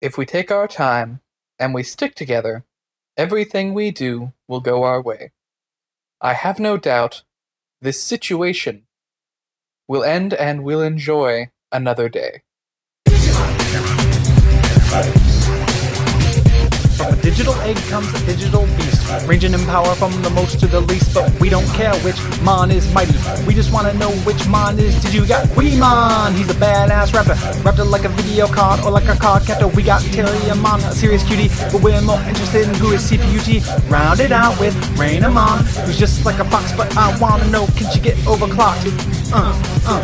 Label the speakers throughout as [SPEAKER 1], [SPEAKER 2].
[SPEAKER 1] If we take our time and we stick together, everything we do will go our way. I have no doubt this situation will end and we'll enjoy another day.
[SPEAKER 2] From a digital egg comes a digital beast. Ranging in power from the most to the least, but we don't care which Mon is mighty. We just wanna know which Mon is. Did you got Mon? He's a badass rapper. Raptor like a video card or like a card captor. We got Tyrion Mon, a serious cutie, but we're more interested in who is CPUT. Round it out with Raina Mon, who's just like a fox, but I wanna know can she get overclocked? Uh, uh.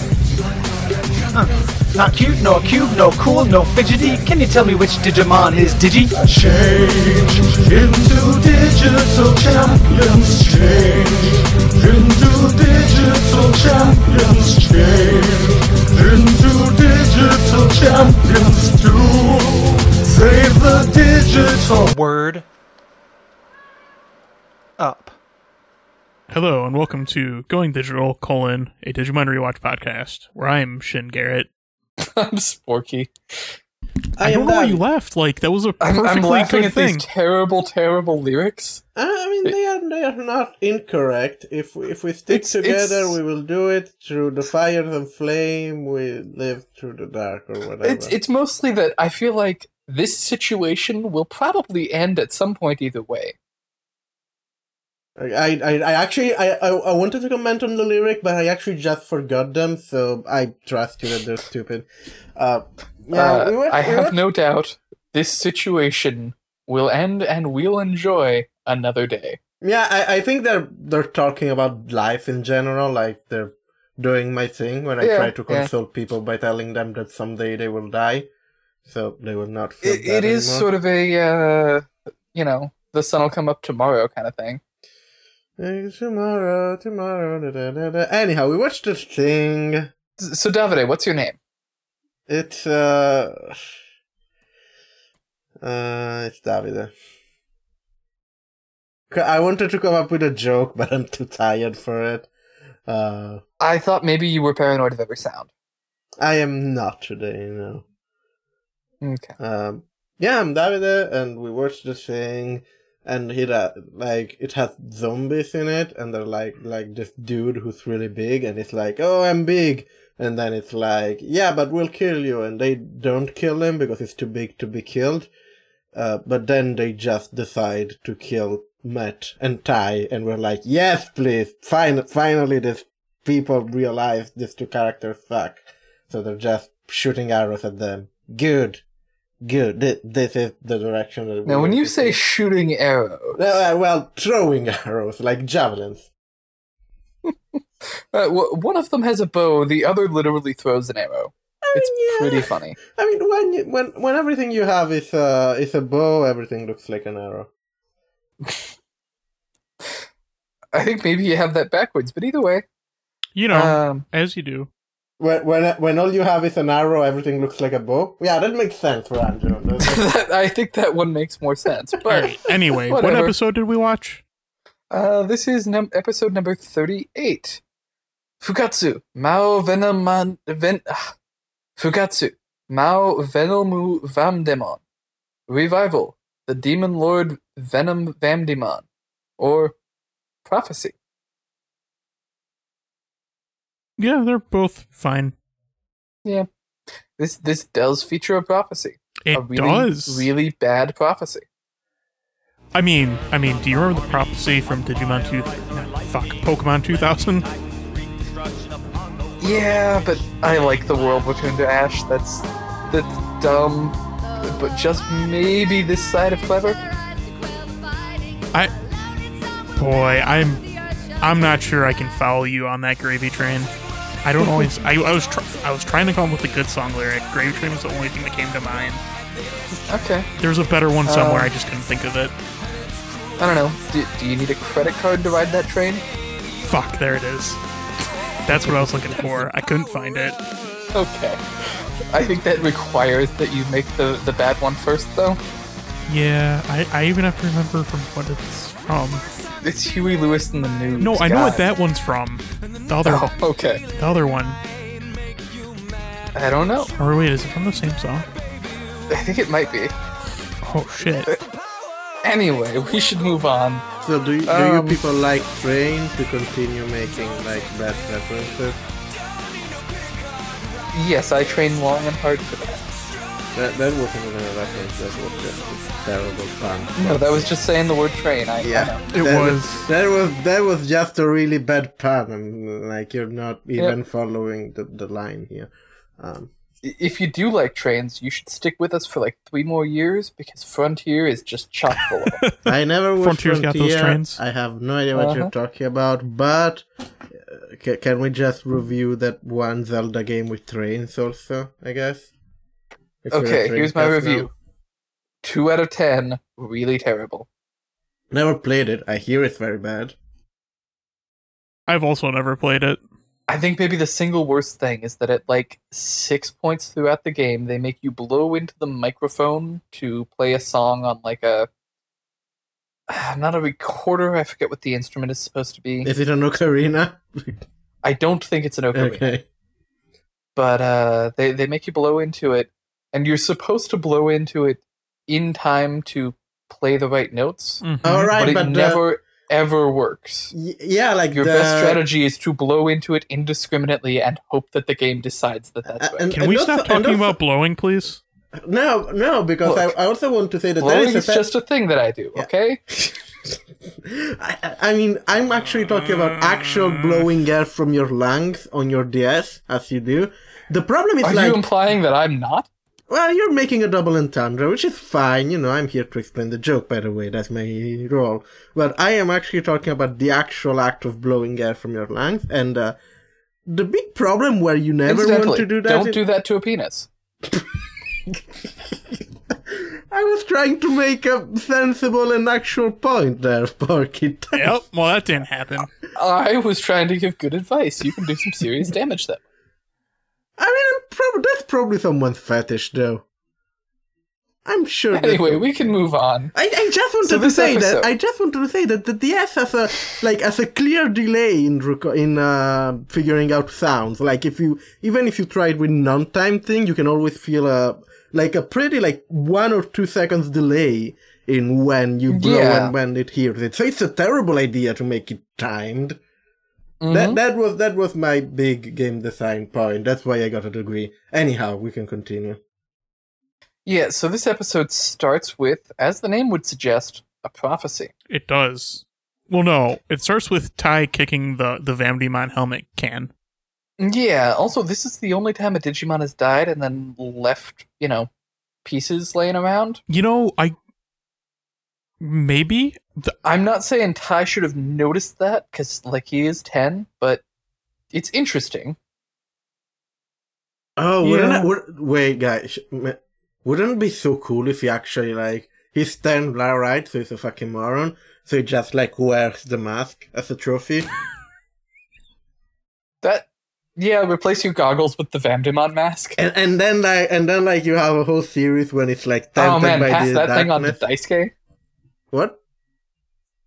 [SPEAKER 2] Not cute, nor cube, nor cool, nor fidgety. Can you tell me which Digimon is Digi?
[SPEAKER 3] Change into digital champions. Change into digital champions. Change into digital champions to save the digital.
[SPEAKER 2] Word up.
[SPEAKER 4] Hello and welcome to Going Digital: colon, a Digimon Rewatch podcast, where I'm Shin Garrett.
[SPEAKER 1] I'm sporky.
[SPEAKER 4] I, don't know why you laughed. Like that was a
[SPEAKER 1] I'm,
[SPEAKER 4] perfectly
[SPEAKER 1] I'm laughing
[SPEAKER 4] good
[SPEAKER 1] at
[SPEAKER 4] thing.
[SPEAKER 1] these terrible, terrible lyrics.
[SPEAKER 5] Uh, I mean, they are they are not incorrect. If we- if we stick
[SPEAKER 1] It's-
[SPEAKER 5] together,
[SPEAKER 1] it's-
[SPEAKER 5] we will do it through the fire and flame. We live through the dark or whatever.
[SPEAKER 1] It's it's mostly that I feel like this situation will probably end at some point either way.
[SPEAKER 5] I, I I actually I, I I wanted to comment on the lyric, but I actually just forgot them. So I trust you that they're stupid. Uh, yeah,
[SPEAKER 1] Uh,
[SPEAKER 5] we were,
[SPEAKER 1] I
[SPEAKER 5] we
[SPEAKER 1] have
[SPEAKER 5] were-
[SPEAKER 1] no doubt this situation will end and we'll enjoy another day.
[SPEAKER 5] Yeah, I, I think they're they're talking about life in general. Like they're doing my thing when I
[SPEAKER 1] Yeah,
[SPEAKER 5] try to
[SPEAKER 1] yeah.
[SPEAKER 5] console people by telling them that someday they will die, so they will not feel
[SPEAKER 1] It, it
[SPEAKER 5] bad
[SPEAKER 1] is
[SPEAKER 5] anymore.
[SPEAKER 1] sort of a, uh, you know, the sun will come up tomorrow kind of thing.
[SPEAKER 5] Hey, Tomorrow, tomorrow, da, da, da, da. Anyhow, we watched this thing.
[SPEAKER 1] S- So, Davide, what's your name?
[SPEAKER 5] It's uh, uh, it's Davide. C- I wanted to come up with a joke, but I'm too tired for it. Uh,
[SPEAKER 1] I thought maybe you were paranoid of every sound.
[SPEAKER 5] I am not today, you know.
[SPEAKER 1] Okay.
[SPEAKER 5] Um, yeah, I'm Davide, and we watched the thing, and it uh, like it has zombies in it, and they're like like this dude who's really big, and it's like, oh, I'm big, and then it's like, yeah, but we'll kill you, and they don't kill him because he's too big to be killed, uh, but then they just decide to kill Matt and Ty, and we're like, yes, please, fin- finally, these people realize these two characters suck, so they're just shooting arrows at them. Good good. This, this is the direction that. we
[SPEAKER 1] Now, when
[SPEAKER 5] want
[SPEAKER 1] you
[SPEAKER 5] to
[SPEAKER 1] say
[SPEAKER 5] go.
[SPEAKER 1] shooting arrows,
[SPEAKER 5] well, uh, well, throwing arrows like javelins.
[SPEAKER 1] uh, w- one of them has a bow, the other literally throws an arrow. It's
[SPEAKER 5] Oh, yeah.
[SPEAKER 1] pretty funny.
[SPEAKER 5] I mean, when you, when when everything you have is uh is a bow, everything looks like an arrow.
[SPEAKER 1] I think maybe you have that backwards, but either way,
[SPEAKER 4] you know,
[SPEAKER 1] um,
[SPEAKER 4] as you do.
[SPEAKER 5] When when when all you have is an arrow, everything looks like a bow. Yeah, that makes sense for Andrew. That's-
[SPEAKER 1] I think that one makes more sense.
[SPEAKER 4] All
[SPEAKER 1] But
[SPEAKER 4] right. Anyway, what
[SPEAKER 1] Whatever.
[SPEAKER 4] episode did we watch?
[SPEAKER 1] uh, this is num- episode number thirty-eight. Fukatsu Mao Venoman Ven ah. Fukatsu Mao Venomu Vamdemon Revival the Demon Lord Venom Vamdemon or Prophecy.
[SPEAKER 4] Yeah, they're both fine.
[SPEAKER 1] This this does feature a prophecy.
[SPEAKER 4] It
[SPEAKER 1] a really,
[SPEAKER 4] does.
[SPEAKER 1] really bad prophecy.
[SPEAKER 4] I mean, I mean, do you remember the prophecy from Digimon 2000? Fuck, Pokemon 2000?
[SPEAKER 1] Yeah, but I like the world returned to ash. That's that's dumb, but just maybe this side of clever.
[SPEAKER 4] I, boy, I'm, I'm not sure I can follow you on that gravy train. I don't always. I, I was, try, I was trying to come up with a good song lyric. Gravy train was the only thing that came to mind.
[SPEAKER 1] Okay,
[SPEAKER 4] There's a better one somewhere.
[SPEAKER 1] Um,
[SPEAKER 4] I just couldn't think of it.
[SPEAKER 1] I don't know. Do, do you need a credit card to ride that train?
[SPEAKER 4] Fuck, there it is. That's what I was looking for. I couldn't find it.
[SPEAKER 1] Okay, I think that requires that you make the the bad one first, though.
[SPEAKER 4] Yeah, I, I even have to remember from what it's from.
[SPEAKER 1] It's Huey Lewis in the news.
[SPEAKER 4] No, I know what
[SPEAKER 1] God.
[SPEAKER 4] that one's from. The other,
[SPEAKER 1] Oh, okay.
[SPEAKER 4] the other one.
[SPEAKER 1] I don't know.
[SPEAKER 4] Or wait, is it from the same song?
[SPEAKER 1] I think it might be.
[SPEAKER 4] Oh shit.
[SPEAKER 1] Anyway, we should move on.
[SPEAKER 5] So do you, do
[SPEAKER 1] Um,
[SPEAKER 5] you people like Train to continue making like bad references?
[SPEAKER 1] Yes, I trained long and hard for that.
[SPEAKER 5] That, that wasn't even a reference. That was just terrible pun.
[SPEAKER 1] No, that was just saying the word train. I, I
[SPEAKER 5] Yeah,
[SPEAKER 1] know.
[SPEAKER 4] It
[SPEAKER 5] that,
[SPEAKER 4] was.
[SPEAKER 5] That was that was just a really bad pun, and like you're not even
[SPEAKER 1] Yeah.
[SPEAKER 5] following the, the line here. Um,
[SPEAKER 1] I- If you do like trains, you should stick with us for like three more years because Frontier is just chock full of them.
[SPEAKER 5] I never watched
[SPEAKER 4] Frontier's got those
[SPEAKER 5] Frontier.
[SPEAKER 4] trains.
[SPEAKER 5] I have no idea what
[SPEAKER 1] Uh-huh.
[SPEAKER 5] you're talking about, but uh, ca- can we just review that one Zelda game with trains also? I guess. If we're a
[SPEAKER 1] okay,
[SPEAKER 5] train
[SPEAKER 1] here's my
[SPEAKER 5] cast now.
[SPEAKER 1] review. Two out of ten, really terrible.
[SPEAKER 5] Never played it. I hear it's very bad.
[SPEAKER 4] I've also never played it.
[SPEAKER 1] I think maybe the single worst thing is that at like six points throughout the game, they make you blow into the microphone to play a song on like a not a recorder. I forget what the instrument is supposed to be.
[SPEAKER 5] Is it an ocarina?
[SPEAKER 1] I don't think it's an ocarina,
[SPEAKER 5] okay.
[SPEAKER 1] but uh, they they make you blow into it, and you're supposed to blow into it in time to play the right notes,
[SPEAKER 4] Mhm.
[SPEAKER 5] All right,
[SPEAKER 1] but it
[SPEAKER 5] Mm, but, uh, the-
[SPEAKER 1] never ever works.
[SPEAKER 5] y- yeah, like
[SPEAKER 1] Your
[SPEAKER 5] the,
[SPEAKER 1] best strategy is to blow into it indiscriminately and hope that the game decides that
[SPEAKER 5] a-
[SPEAKER 1] that's right.
[SPEAKER 5] and-
[SPEAKER 4] Can
[SPEAKER 5] and
[SPEAKER 4] we
[SPEAKER 5] also-
[SPEAKER 4] stop
[SPEAKER 5] and
[SPEAKER 4] talking
[SPEAKER 5] also-
[SPEAKER 4] about blowing, please?
[SPEAKER 5] No, no, because
[SPEAKER 1] Look.
[SPEAKER 5] I, I also want to say that there
[SPEAKER 1] Blowing
[SPEAKER 5] is
[SPEAKER 1] is
[SPEAKER 5] a
[SPEAKER 1] just a thing that I do,
[SPEAKER 5] Yeah.
[SPEAKER 1] okay?
[SPEAKER 5] I, I- I mean, I'm actually talking about actual blowing air from your lungs on your DS, as you do. The problem is
[SPEAKER 1] Are
[SPEAKER 5] like,
[SPEAKER 1] you implying that I'm not?
[SPEAKER 5] well, you're making a double entendre, which is fine. You know, I'm here to explain the joke, by the way. That's my role. But I am actually talking about the actual act of blowing air from your lungs, and uh, the big problem where you never want
[SPEAKER 1] Incidentally,
[SPEAKER 5] to do that.
[SPEAKER 1] don't
[SPEAKER 5] is-
[SPEAKER 1] do that to a penis.
[SPEAKER 5] I was trying to make a sensible and actual point there, Porky.
[SPEAKER 4] Yep. Well, that didn't happen.
[SPEAKER 1] I was trying to give good advice. You can do some serious damage that way.
[SPEAKER 5] I mean, I'm prob- that's probably someone's fetish, though. I'm sure. that-
[SPEAKER 1] Anyway, we can move on.
[SPEAKER 5] I, I just wanted
[SPEAKER 1] So
[SPEAKER 5] to
[SPEAKER 1] this
[SPEAKER 5] say
[SPEAKER 1] episode-
[SPEAKER 5] that I just wanted to say that the DS has a like has a clear delay in reco- in uh, figuring out sounds. Like if you even if you try it with non-time thing, you can always feel a like a pretty like one or two seconds delay in when you blow
[SPEAKER 1] Yeah.
[SPEAKER 5] and when it hears it. So it's a terrible idea to make it timed. That
[SPEAKER 1] Mhm.
[SPEAKER 5] that was that was my big game design point. That's why I got a degree. Anyhow, we can continue.
[SPEAKER 1] Yeah, so this episode starts with, as the name would suggest, a prophecy.
[SPEAKER 4] It does. Well, no. It starts with Ty kicking the the Vamdemon helmet can.
[SPEAKER 1] Yeah, also, this is the only time a Digimon has died and then left, you know, pieces laying around.
[SPEAKER 4] You know, I maybe the,
[SPEAKER 1] I'm not saying Ty should have noticed that because, like, he is 10, but it's interesting.
[SPEAKER 5] Oh, wouldn't
[SPEAKER 4] Yeah.
[SPEAKER 5] it, would, wait, guys, m- wouldn't it be so cool if he actually like he's ten, blah, right? So he's a fucking moron. So he just like wears the mask as a trophy.
[SPEAKER 1] That, yeah, replace your goggles with the Vamdemon mask.
[SPEAKER 5] and and then like and then like you have a whole series when it's like tempted
[SPEAKER 1] Oh man,
[SPEAKER 5] by
[SPEAKER 1] pass
[SPEAKER 5] the
[SPEAKER 1] that thing on to
[SPEAKER 5] darkness.
[SPEAKER 1] Daisuke.
[SPEAKER 5] What?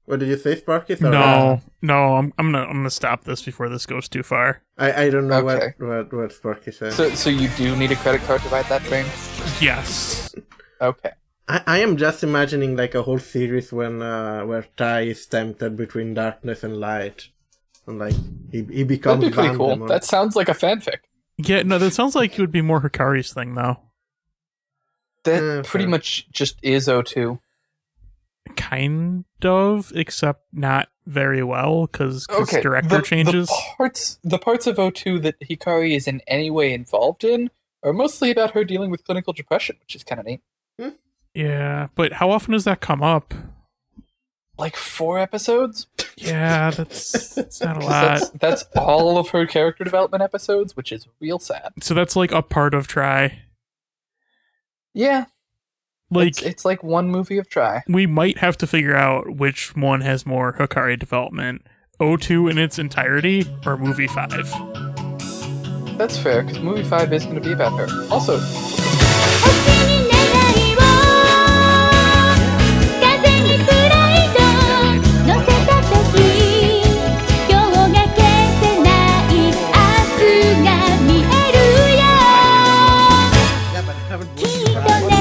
[SPEAKER 5] What did you say, Sparky?
[SPEAKER 1] Oh,
[SPEAKER 5] Sorry.
[SPEAKER 4] no, no. I'm I'm gonna I'm gonna stop this before this goes too far.
[SPEAKER 5] I, I don't know
[SPEAKER 1] Okay.
[SPEAKER 5] what, what what Sparky said.
[SPEAKER 1] So, so you do need a credit card to ride that train?
[SPEAKER 4] Yes.
[SPEAKER 1] Okay.
[SPEAKER 5] I, I am just imagining like a whole series when uh, where Ty is tempted between darkness and light, and like he he
[SPEAKER 1] That'd
[SPEAKER 5] becomes
[SPEAKER 1] be pretty
[SPEAKER 5] Van
[SPEAKER 1] cool.
[SPEAKER 5] Demon.
[SPEAKER 1] That sounds like a fanfic.
[SPEAKER 4] Yeah. No. That sounds like it would be more Hikari's thing though.
[SPEAKER 1] That
[SPEAKER 5] Yeah,
[SPEAKER 1] pretty
[SPEAKER 5] fair.
[SPEAKER 1] much just is O2.
[SPEAKER 4] Kind of, except not very well because
[SPEAKER 1] Okay.
[SPEAKER 4] director
[SPEAKER 1] the-
[SPEAKER 4] changes.
[SPEAKER 1] The parts, the parts of O2 that Hikari is in any way involved in are mostly about her dealing with clinical depression, which is kind of neat.
[SPEAKER 4] yeah, but how often does that come up?
[SPEAKER 1] Like four episodes?
[SPEAKER 4] Yeah, that's, that's not a
[SPEAKER 1] 'Cause
[SPEAKER 4] lot.
[SPEAKER 1] that's, that's all of her character development episodes, which is real sad.
[SPEAKER 4] so that's like a part of try.
[SPEAKER 1] Yeah.
[SPEAKER 4] Like
[SPEAKER 1] it's, it's like one movie of Try.
[SPEAKER 4] we might have to figure out which one has more Hikari development. O2 in its entirety or movie 5.
[SPEAKER 1] That's fair, because movie five is going to be about her. Also,
[SPEAKER 6] 星に願いを風にプライド乗せた時今日が消せない明日が見えるよ
[SPEAKER 5] Yeah, but I haven't
[SPEAKER 6] きっとね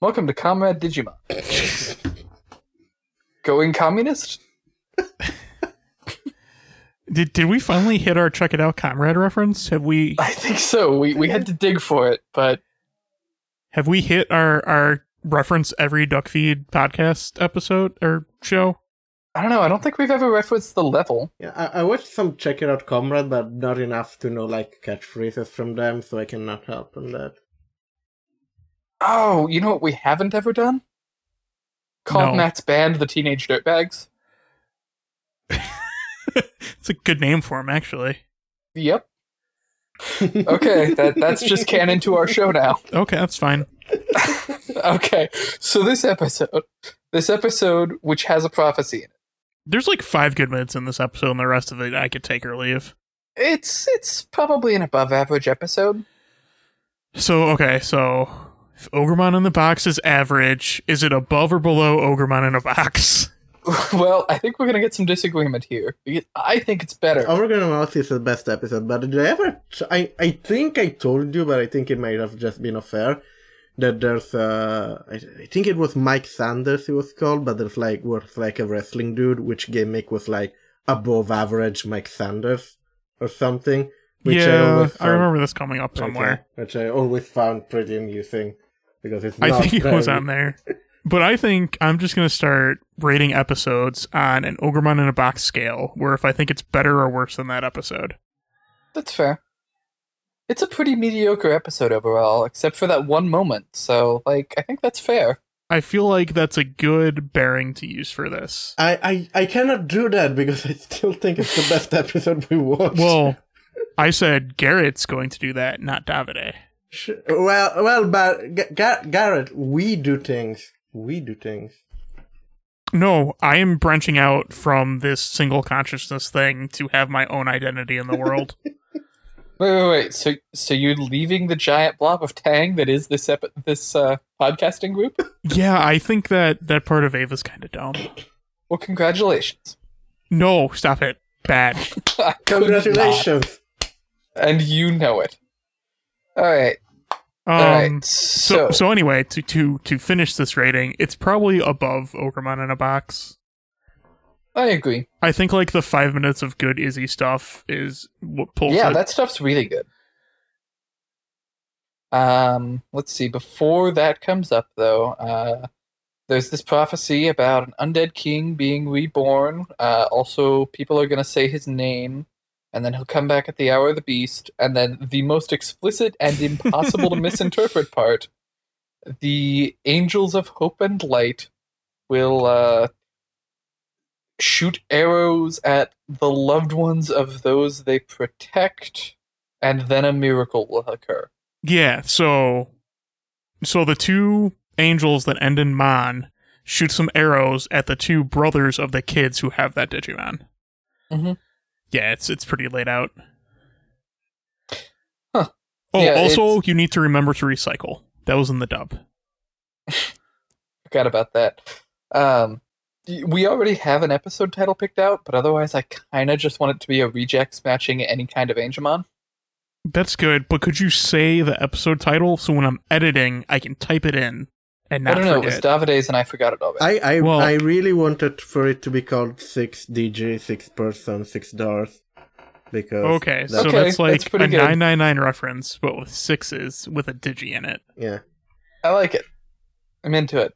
[SPEAKER 1] Welcome to Comrade Digimon. Going communist?
[SPEAKER 4] Did, did we finally hit our check it out comrade reference? Have we
[SPEAKER 1] I think so. We we had to dig for it, but
[SPEAKER 4] have we hit our our reference every duck feed podcast episode or show?
[SPEAKER 1] I don't know. I don't think we've ever referenced the level.
[SPEAKER 5] Yeah, I, I watched some Check It Out Comrade, but not enough to know like catchphrases from them, so I cannot help on that.
[SPEAKER 1] Oh, you know what we haven't ever done? Called
[SPEAKER 4] No.
[SPEAKER 1] Matt's band the Teenage Dirtbags.
[SPEAKER 4] It's a good name for him actually.
[SPEAKER 1] Yep. okay, that that's just canon to our show now.
[SPEAKER 4] Okay, that's fine.
[SPEAKER 1] Okay. So this episode, this episode which has a prophecy in it.
[SPEAKER 4] There's like five good minutes in this episode, and the rest of it I could take or leave.
[SPEAKER 1] It's it's probably an above average episode.
[SPEAKER 4] So okay, so if Ogremon in the box is average, is it above or below Ogremon in a box?
[SPEAKER 1] well, I think we're gonna get some disagreement here. because I think it's better.
[SPEAKER 5] Overgrown Mouse is the best episode, but did I ever? T- I I think I told you, but I think it might have just been unfair. That there's uh, I, I think it was Mike Sanders he was called, but there's like was like a wrestling dude, which gimmick was like above average Mike Sanders or something. Which
[SPEAKER 4] yeah,
[SPEAKER 5] always
[SPEAKER 4] I, remember this coming up
[SPEAKER 5] found- okay,
[SPEAKER 4] somewhere.
[SPEAKER 5] which I always found pretty amusing because it's.
[SPEAKER 4] I
[SPEAKER 5] not
[SPEAKER 4] think it was
[SPEAKER 5] very-
[SPEAKER 4] on there. But I think I'm just gonna start rating episodes on an Ogremon in a box scale, where if I think it's better or worse than that episode.
[SPEAKER 1] That's fair. It's a pretty mediocre episode overall, except for that one moment. So, like, I think that's fair.
[SPEAKER 4] I feel like that's a good bearing to use for this.
[SPEAKER 5] I, I I cannot do that because I still think it's the best episode we watched.
[SPEAKER 4] Well, I said Garrett's going to do that, not Davide.
[SPEAKER 5] Sh- Well, well, but G- Gar- Garrett, we do things. We do things.
[SPEAKER 4] No, I am branching out from this single consciousness thing to have my own identity in the world.
[SPEAKER 1] Wait, wait, wait. So, so you're leaving the giant blob of Tang that is this epi- this uh, podcasting group?
[SPEAKER 4] yeah, I think that that part of Ava's kind of dumb.
[SPEAKER 1] Well, congratulations.
[SPEAKER 4] No, stop it. Bad.
[SPEAKER 1] I could not.
[SPEAKER 5] Congratulations.
[SPEAKER 1] and you know it. All right,
[SPEAKER 4] Um,
[SPEAKER 1] all right.
[SPEAKER 4] So,
[SPEAKER 1] So,
[SPEAKER 4] so anyway, to, to to finish this rating, it's probably above Ogremon in a box.
[SPEAKER 1] I agree.
[SPEAKER 4] I think like the five minutes of good Izzy stuff is what pulls
[SPEAKER 1] Yeah,
[SPEAKER 4] it.
[SPEAKER 1] that stuff's really good. Um, let's see. Before that comes up, though, uh, there's this prophecy about an undead king being reborn. Uh, also, people are going to say his name, and then he'll come back at the hour of the beast. And then the most explicit and impossible to misinterpret part: the angels of hope and light will uh, shoot arrows at the loved ones of those they protect, and then a miracle will occur.
[SPEAKER 4] Yeah, so so the two angels that end in Mon shoot some arrows at the two brothers of the kids who have that Digimon.
[SPEAKER 1] Mhm.
[SPEAKER 4] Yeah, it's it's pretty laid out.
[SPEAKER 1] Huh.
[SPEAKER 4] Oh,
[SPEAKER 1] Yeah,
[SPEAKER 4] also you need to remember to recycle. That was in the dub.
[SPEAKER 1] Forgot about that. Um, y- we already have an episode title picked out, but otherwise, I kind of just want it to be a rejects matching any kind of Angemon.
[SPEAKER 4] That's good, but could you say the episode title so when I'm editing I can type it in and
[SPEAKER 1] I
[SPEAKER 4] not
[SPEAKER 1] don't know.
[SPEAKER 4] forget?
[SPEAKER 1] It was Davide's, and I forgot it already.
[SPEAKER 5] I I,
[SPEAKER 4] Well-
[SPEAKER 5] I really wanted for it to be called six DJ, six person, six doors, because
[SPEAKER 4] okay, so
[SPEAKER 1] Okay,
[SPEAKER 4] that's like
[SPEAKER 1] that's pretty
[SPEAKER 4] a
[SPEAKER 1] good.
[SPEAKER 4] 999 reference but with sixes with a digi in it.
[SPEAKER 5] yeah.
[SPEAKER 1] I, like it. I'm into it.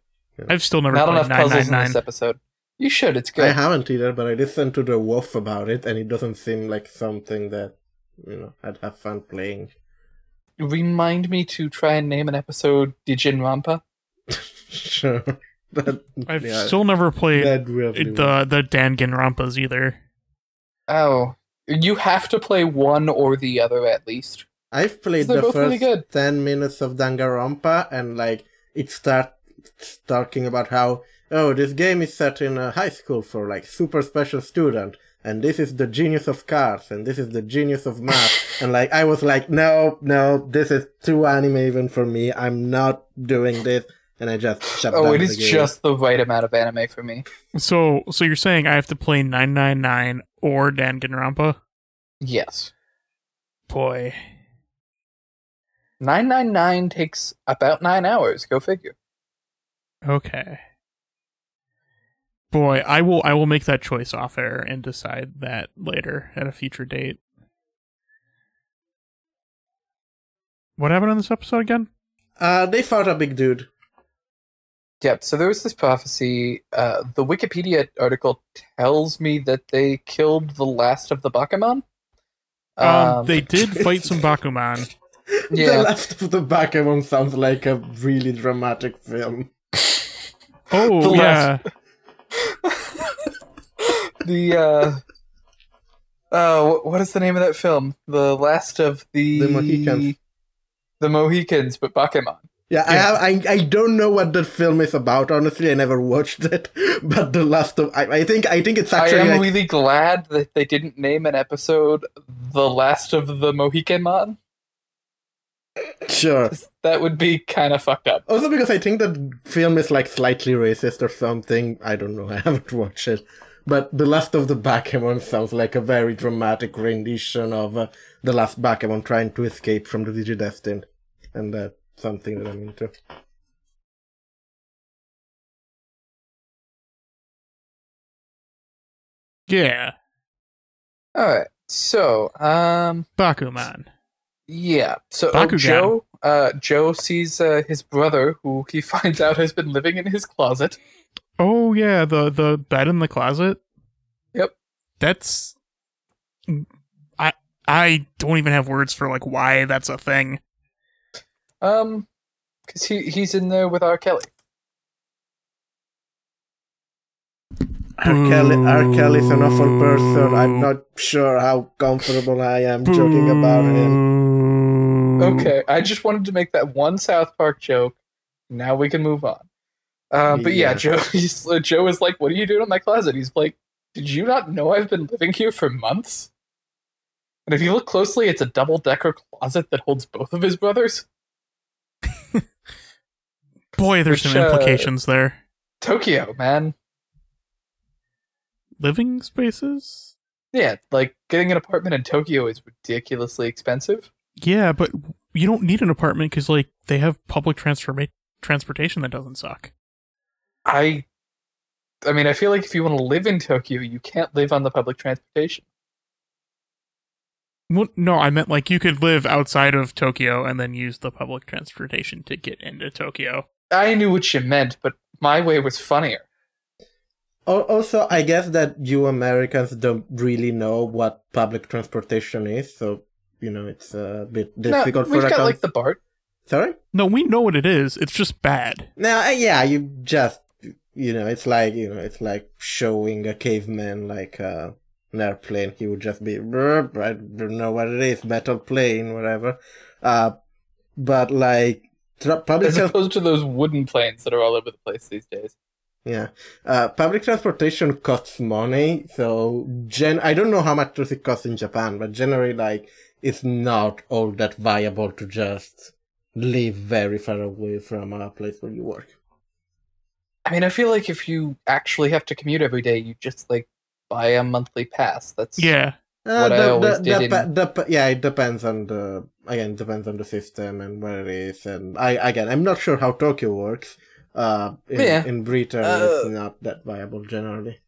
[SPEAKER 4] I've still never
[SPEAKER 1] Not
[SPEAKER 4] played
[SPEAKER 1] enough puzzles in
[SPEAKER 4] 999.
[SPEAKER 1] this episode. You should. It's
[SPEAKER 5] I
[SPEAKER 1] good.
[SPEAKER 5] haven't either, but I listened to the Wolf about it, and it doesn't seem like something that you know I'd have fun playing.
[SPEAKER 1] Remind me to try and name an episode Dijin Rampa.
[SPEAKER 5] sure, that,
[SPEAKER 4] I've
[SPEAKER 5] yeah,
[SPEAKER 4] still never played
[SPEAKER 5] that really
[SPEAKER 4] it- the the Danganronpas either.
[SPEAKER 1] Oh, you have to play one or the other at least.
[SPEAKER 5] I've played
[SPEAKER 1] They're
[SPEAKER 5] the
[SPEAKER 1] both
[SPEAKER 5] first
[SPEAKER 1] really good.
[SPEAKER 5] ten minutes of Dangarompa, and like it starts talking about how oh this game is set in a high school for like super special student, and this is the genius of cars, and this is the genius of math, and like I was like no no this is too anime even for me. I'm not doing this, and I just shut
[SPEAKER 1] Oh,
[SPEAKER 5] down
[SPEAKER 1] it
[SPEAKER 5] the
[SPEAKER 1] is
[SPEAKER 5] game.
[SPEAKER 1] just the right amount of anime for me.
[SPEAKER 4] So so you're saying I have to play 999 or Danganronpa?
[SPEAKER 1] Yes.
[SPEAKER 4] Boy.
[SPEAKER 1] 999 takes about nine hours. Go figure.
[SPEAKER 4] Okay. Boy, I will I will make that choice off air and decide that later at a future date. What happened on this episode again?
[SPEAKER 5] Uh, they fought a big dude.
[SPEAKER 1] Yep. So there was this prophecy. Uh, the Wikipedia article tells me that they killed the last of the Bakuman.
[SPEAKER 4] Um, they did fight some Bakuman.
[SPEAKER 1] Yeah.
[SPEAKER 5] The Last of the Bakuman sounds like a really dramatic film.
[SPEAKER 4] Oh
[SPEAKER 1] The
[SPEAKER 4] yeah,
[SPEAKER 1] last- the uh, uh, wh- what is the name of that film? The last of the
[SPEAKER 5] The Mohicans.
[SPEAKER 1] The Mohicans, but Bakuman.
[SPEAKER 5] Yeah, I, have, I I don't know what that film is about. Honestly, I never watched it. But the last of I, I think I think it's actually
[SPEAKER 1] I am
[SPEAKER 5] like-
[SPEAKER 1] really glad that they didn't name an episode "The Last of the Mohican Mon."
[SPEAKER 5] sure.
[SPEAKER 1] That would be kind of fucked up.
[SPEAKER 5] Also because I think that film is like slightly racist or something. I don't know. I haven't watched it. But The Last of the Backgammon sounds like a very dramatic rendition of uh, The Last Backgammon trying to escape from the Digidestin. And that's something that I'm into.
[SPEAKER 4] yeah,
[SPEAKER 1] All right. So, um,
[SPEAKER 4] Bakuman.
[SPEAKER 1] Yeah. So oh,
[SPEAKER 4] Bakugan.
[SPEAKER 1] Joe, uh, Joe sees uh, his brother, who he finds out has been living in his closet.
[SPEAKER 4] Oh yeah, the the bed in the closet.
[SPEAKER 1] Yep.
[SPEAKER 4] That's I I don't even have words for like why that's a thing.
[SPEAKER 1] Um, because he he's in there with R. Kelly.
[SPEAKER 5] R. Kelly, R. Kelly's an awful person. I'm not sure how comfortable I am joking about him.
[SPEAKER 4] him.
[SPEAKER 1] Okay, I just wanted to make that one South Park joke. Now we can move on. Uh, but yeah,
[SPEAKER 5] Yeah.
[SPEAKER 1] Joe he's, uh, Joe is like, "What are you doing in my closet?" He's like, "Did you not know I've been living here for months?" And if you look closely, it's a double decker closet that holds both of his brothers.
[SPEAKER 4] Boy, there's
[SPEAKER 1] Which,
[SPEAKER 4] some
[SPEAKER 1] uh,
[SPEAKER 4] implications there.
[SPEAKER 1] Tokyo, man.
[SPEAKER 4] Living spaces?
[SPEAKER 1] Yeah, like getting an apartment in Tokyo is ridiculously expensive.
[SPEAKER 4] Yeah, but you don't need an apartment because like they have public transforma- transportation that doesn't suck.
[SPEAKER 1] I I mean, I feel like if you want to live in Tokyo, you can't live on the public transportation.
[SPEAKER 4] Well, No, I meant like you could live outside of Tokyo and then use the public transportation to get into Tokyo.
[SPEAKER 1] I knew what you meant, but my way was funnier.
[SPEAKER 5] Al- Also, I guess that you Americans don't really know what public transportation is, so you know it's a bit
[SPEAKER 1] No,
[SPEAKER 5] difficult
[SPEAKER 1] we've
[SPEAKER 5] for a
[SPEAKER 1] got
[SPEAKER 5] con-
[SPEAKER 1] like the BART.
[SPEAKER 5] Sorry.
[SPEAKER 4] No, we know what it is. It's just bad.
[SPEAKER 5] No, uh, yeah, you just you know, it's like you know, it's like showing a caveman like uh, an airplane. He would just be "Burp, I don't know what it is, metal plane, whatever. Uh, but like tra- public
[SPEAKER 1] As
[SPEAKER 5] trans-
[SPEAKER 1] opposed to those wooden planes that are all over the place these days.
[SPEAKER 5] yeah, uh, public transportation costs money. So gen, I don't know how much does it cost in Japan, but generally like it's not all that viable to just live very far away from a place where you work.
[SPEAKER 1] I mean, I feel like if you actually have to commute every day, you just like buy a monthly pass. That's
[SPEAKER 4] Yeah.
[SPEAKER 5] Uh,
[SPEAKER 1] what I
[SPEAKER 5] the-
[SPEAKER 1] always
[SPEAKER 5] the-
[SPEAKER 1] did in-
[SPEAKER 5] depe- dep- yeah, it depends on the again it depends on the system and where it is, and I again I'm not sure how Tokyo works. Uh, in,
[SPEAKER 1] Yeah.
[SPEAKER 5] in Britain,
[SPEAKER 1] Uh,
[SPEAKER 5] it's not that viable generally.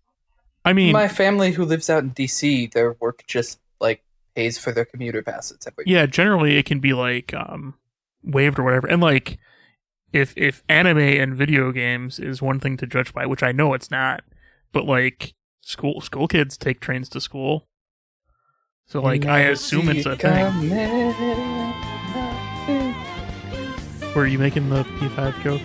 [SPEAKER 4] I mean,
[SPEAKER 1] My family who lives out in DC, their work just like pays for their commuter passes every
[SPEAKER 4] yeah, generally it can be like um waived or whatever. And like if if anime and video games is one thing to judge by, which I know it's not, but like school school kids take trains to school. So like I
[SPEAKER 1] Mm-hmm.
[SPEAKER 4] assume it's a thing.
[SPEAKER 1] thing.
[SPEAKER 4] Were you making the P5 joke?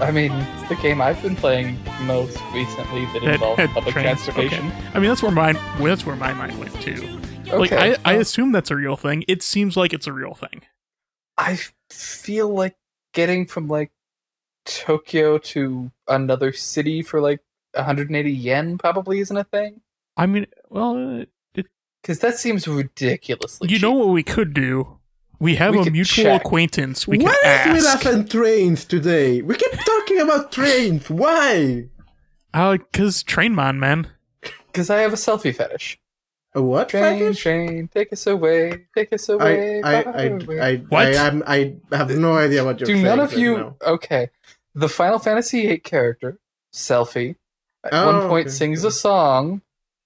[SPEAKER 1] I mean, it's the game I've been playing most recently that
[SPEAKER 4] That
[SPEAKER 1] involves
[SPEAKER 4] had
[SPEAKER 1] public
[SPEAKER 4] trains?
[SPEAKER 1] transportation.
[SPEAKER 4] Okay. I mean, that's where mine well, that's where my mind went to.
[SPEAKER 1] Okay.
[SPEAKER 4] Like I, I assume that's a real thing. It seems like it's a real thing.
[SPEAKER 1] I f- feel like getting from like Tokyo to another city for like 180 yen probably isn't a thing
[SPEAKER 4] I mean, well, uh,
[SPEAKER 1] because that seems ridiculously.
[SPEAKER 4] you know what we could do? We have
[SPEAKER 1] We
[SPEAKER 4] a
[SPEAKER 1] could
[SPEAKER 4] mutual
[SPEAKER 1] check.
[SPEAKER 4] acquaintance. We
[SPEAKER 5] What is
[SPEAKER 4] can ask.
[SPEAKER 5] with us and trains today? We keep talking about trains. Why?
[SPEAKER 4] Uh, cause Trainmon, man.
[SPEAKER 1] because I have a selfie fetish.
[SPEAKER 5] A what?
[SPEAKER 1] Train,
[SPEAKER 5] package?
[SPEAKER 1] train, take us away, take us away.
[SPEAKER 5] I I I
[SPEAKER 1] far away.
[SPEAKER 5] I, I,
[SPEAKER 4] What?
[SPEAKER 5] I, am- I have no idea what you're
[SPEAKER 1] Do
[SPEAKER 5] saying.
[SPEAKER 1] none of
[SPEAKER 5] right
[SPEAKER 1] you?
[SPEAKER 5] now.
[SPEAKER 1] Okay. the Final Fantasy VIII character, Selfie, at
[SPEAKER 5] Oh,
[SPEAKER 1] one point
[SPEAKER 5] okay.
[SPEAKER 1] sings a song.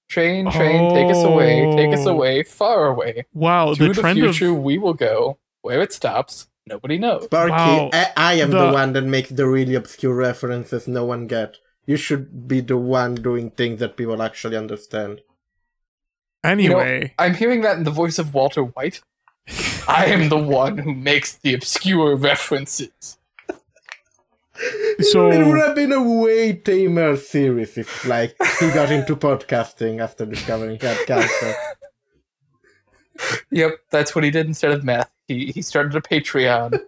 [SPEAKER 1] Train, train, take us away, take us
[SPEAKER 4] Oh.
[SPEAKER 1] away, far away.
[SPEAKER 4] Wow,
[SPEAKER 1] to
[SPEAKER 4] the
[SPEAKER 1] the,
[SPEAKER 4] trend
[SPEAKER 1] future
[SPEAKER 4] of
[SPEAKER 1] we will go. Where it stops, nobody knows.
[SPEAKER 5] Barky,
[SPEAKER 4] Wow.
[SPEAKER 5] I, I am the...
[SPEAKER 4] The-
[SPEAKER 5] one that makes the really obscure references no one get. You should be the one doing things that people actually understand.
[SPEAKER 1] You know,
[SPEAKER 4] anyway.
[SPEAKER 1] I'm hearing that in the voice of Walter White. I am the one who makes the obscure references.
[SPEAKER 4] so
[SPEAKER 5] it would have been a way tamer series if, like, he got into podcasting after discovering he had cancer.
[SPEAKER 1] Yep, that's what he did instead of math. He he started a Patreon.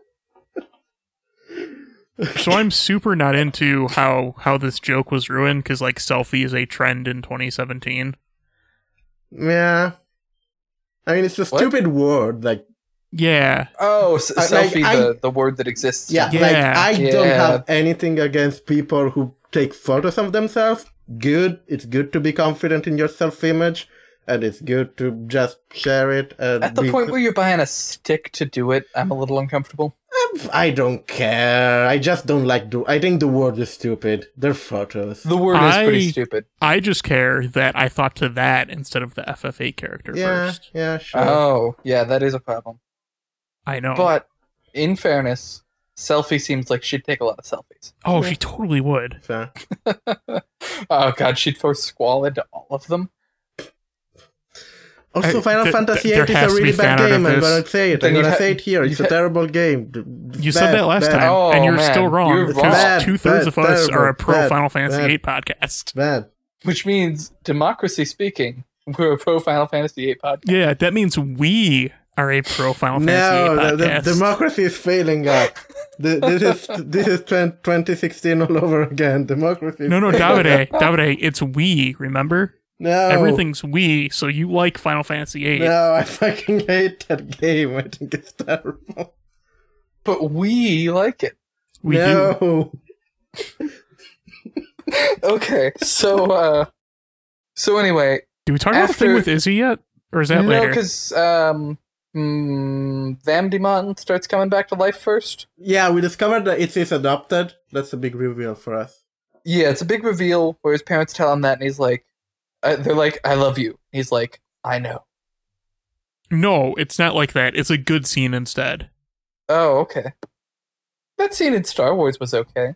[SPEAKER 4] So I'm super not into how how this joke was ruined because like selfie is a trend in 2017.
[SPEAKER 5] Yeah. I mean, it's a
[SPEAKER 1] What?
[SPEAKER 5] stupid word. Like,
[SPEAKER 4] Yeah,
[SPEAKER 1] Oh, s-
[SPEAKER 5] I- like,
[SPEAKER 1] selfie, the, the word that exists.
[SPEAKER 5] yeah,
[SPEAKER 4] Yeah.
[SPEAKER 5] like I don't
[SPEAKER 1] Yeah.
[SPEAKER 5] have anything against people who take photos of themselves. Good. It's good to be confident in your self-image, and it's good to just share it. And
[SPEAKER 1] At the
[SPEAKER 5] be-
[SPEAKER 1] point where you're buying a stick to do it, I'm a little uncomfortable.
[SPEAKER 5] I don't care. I just don't like. Do- I think the word is stupid. They're photos.
[SPEAKER 1] The word is
[SPEAKER 4] I-
[SPEAKER 1] pretty stupid.
[SPEAKER 4] I just care that I thought to that instead of the FFA character
[SPEAKER 5] yeah,
[SPEAKER 4] first.
[SPEAKER 5] yeah, sure.
[SPEAKER 1] Oh, yeah, that is a problem.
[SPEAKER 4] I know,
[SPEAKER 1] But in fairness, selfie seems like she'd take a lot of selfies.
[SPEAKER 4] oh, she totally would.
[SPEAKER 5] So,
[SPEAKER 1] Oh god, she'd throw squall into all of them.
[SPEAKER 5] also,
[SPEAKER 4] I-
[SPEAKER 5] Final
[SPEAKER 4] th-
[SPEAKER 5] Fantasy
[SPEAKER 4] th- there
[SPEAKER 5] VIII is
[SPEAKER 4] has
[SPEAKER 5] a
[SPEAKER 4] to be
[SPEAKER 5] really bad
[SPEAKER 4] fan art of
[SPEAKER 5] game. I'm
[SPEAKER 4] this.
[SPEAKER 5] gonna say it.
[SPEAKER 1] Then
[SPEAKER 5] I'm
[SPEAKER 1] you'd
[SPEAKER 5] gonna
[SPEAKER 1] ha-
[SPEAKER 5] say it here.
[SPEAKER 1] you'd
[SPEAKER 5] It's a
[SPEAKER 1] ha-
[SPEAKER 5] terrible game. D-
[SPEAKER 4] You
[SPEAKER 5] bad,
[SPEAKER 4] said that last
[SPEAKER 5] bad,
[SPEAKER 4] time,
[SPEAKER 1] Oh,
[SPEAKER 4] and you're
[SPEAKER 1] man,
[SPEAKER 4] still wrong
[SPEAKER 1] you're
[SPEAKER 5] wrong.
[SPEAKER 4] because two thirds of
[SPEAKER 5] Bad,
[SPEAKER 4] us
[SPEAKER 5] terrible,
[SPEAKER 4] are a pro
[SPEAKER 5] bad,
[SPEAKER 4] Final Fantasy
[SPEAKER 5] bad.
[SPEAKER 4] VIII podcast.
[SPEAKER 5] Bad.
[SPEAKER 1] Which means, democracy speaking, we're a pro Final Fantasy VIII podcast.
[SPEAKER 4] Yeah, that means we are a pro Final
[SPEAKER 5] No,
[SPEAKER 4] Fantasy
[SPEAKER 5] the,
[SPEAKER 4] VIII
[SPEAKER 5] the
[SPEAKER 4] podcast.
[SPEAKER 5] democracy is failing us. Th- this is this is 20, 2016 all over again. Democracy. is
[SPEAKER 4] no, no,
[SPEAKER 5] failing
[SPEAKER 4] Davide,
[SPEAKER 5] us.
[SPEAKER 4] Davide, it's we. Remember,
[SPEAKER 1] Oh.
[SPEAKER 5] No,
[SPEAKER 4] everything's we. So you like Final Fantasy VIII?
[SPEAKER 5] No, I fucking hate that game. I think it's terrible.
[SPEAKER 1] But we like it.
[SPEAKER 4] We do.
[SPEAKER 5] no.
[SPEAKER 1] Okay, so, uh, so anyway,
[SPEAKER 4] Do we talk about the
[SPEAKER 1] After-
[SPEAKER 4] thing with Izzy yet, or is that
[SPEAKER 1] no,
[SPEAKER 4] later?
[SPEAKER 1] because, um, mm, Vamdemon starts coming back to life first.
[SPEAKER 5] Yeah, we discovered that it is adopted. That's a big reveal for us.
[SPEAKER 1] Yeah, it's a big reveal where his parents tell him that, and he's like, uh, they're like, I love you. He's like, I know.
[SPEAKER 4] No, it's not like that. It's a good scene instead.
[SPEAKER 1] Oh, okay. That scene in Star Wars was okay.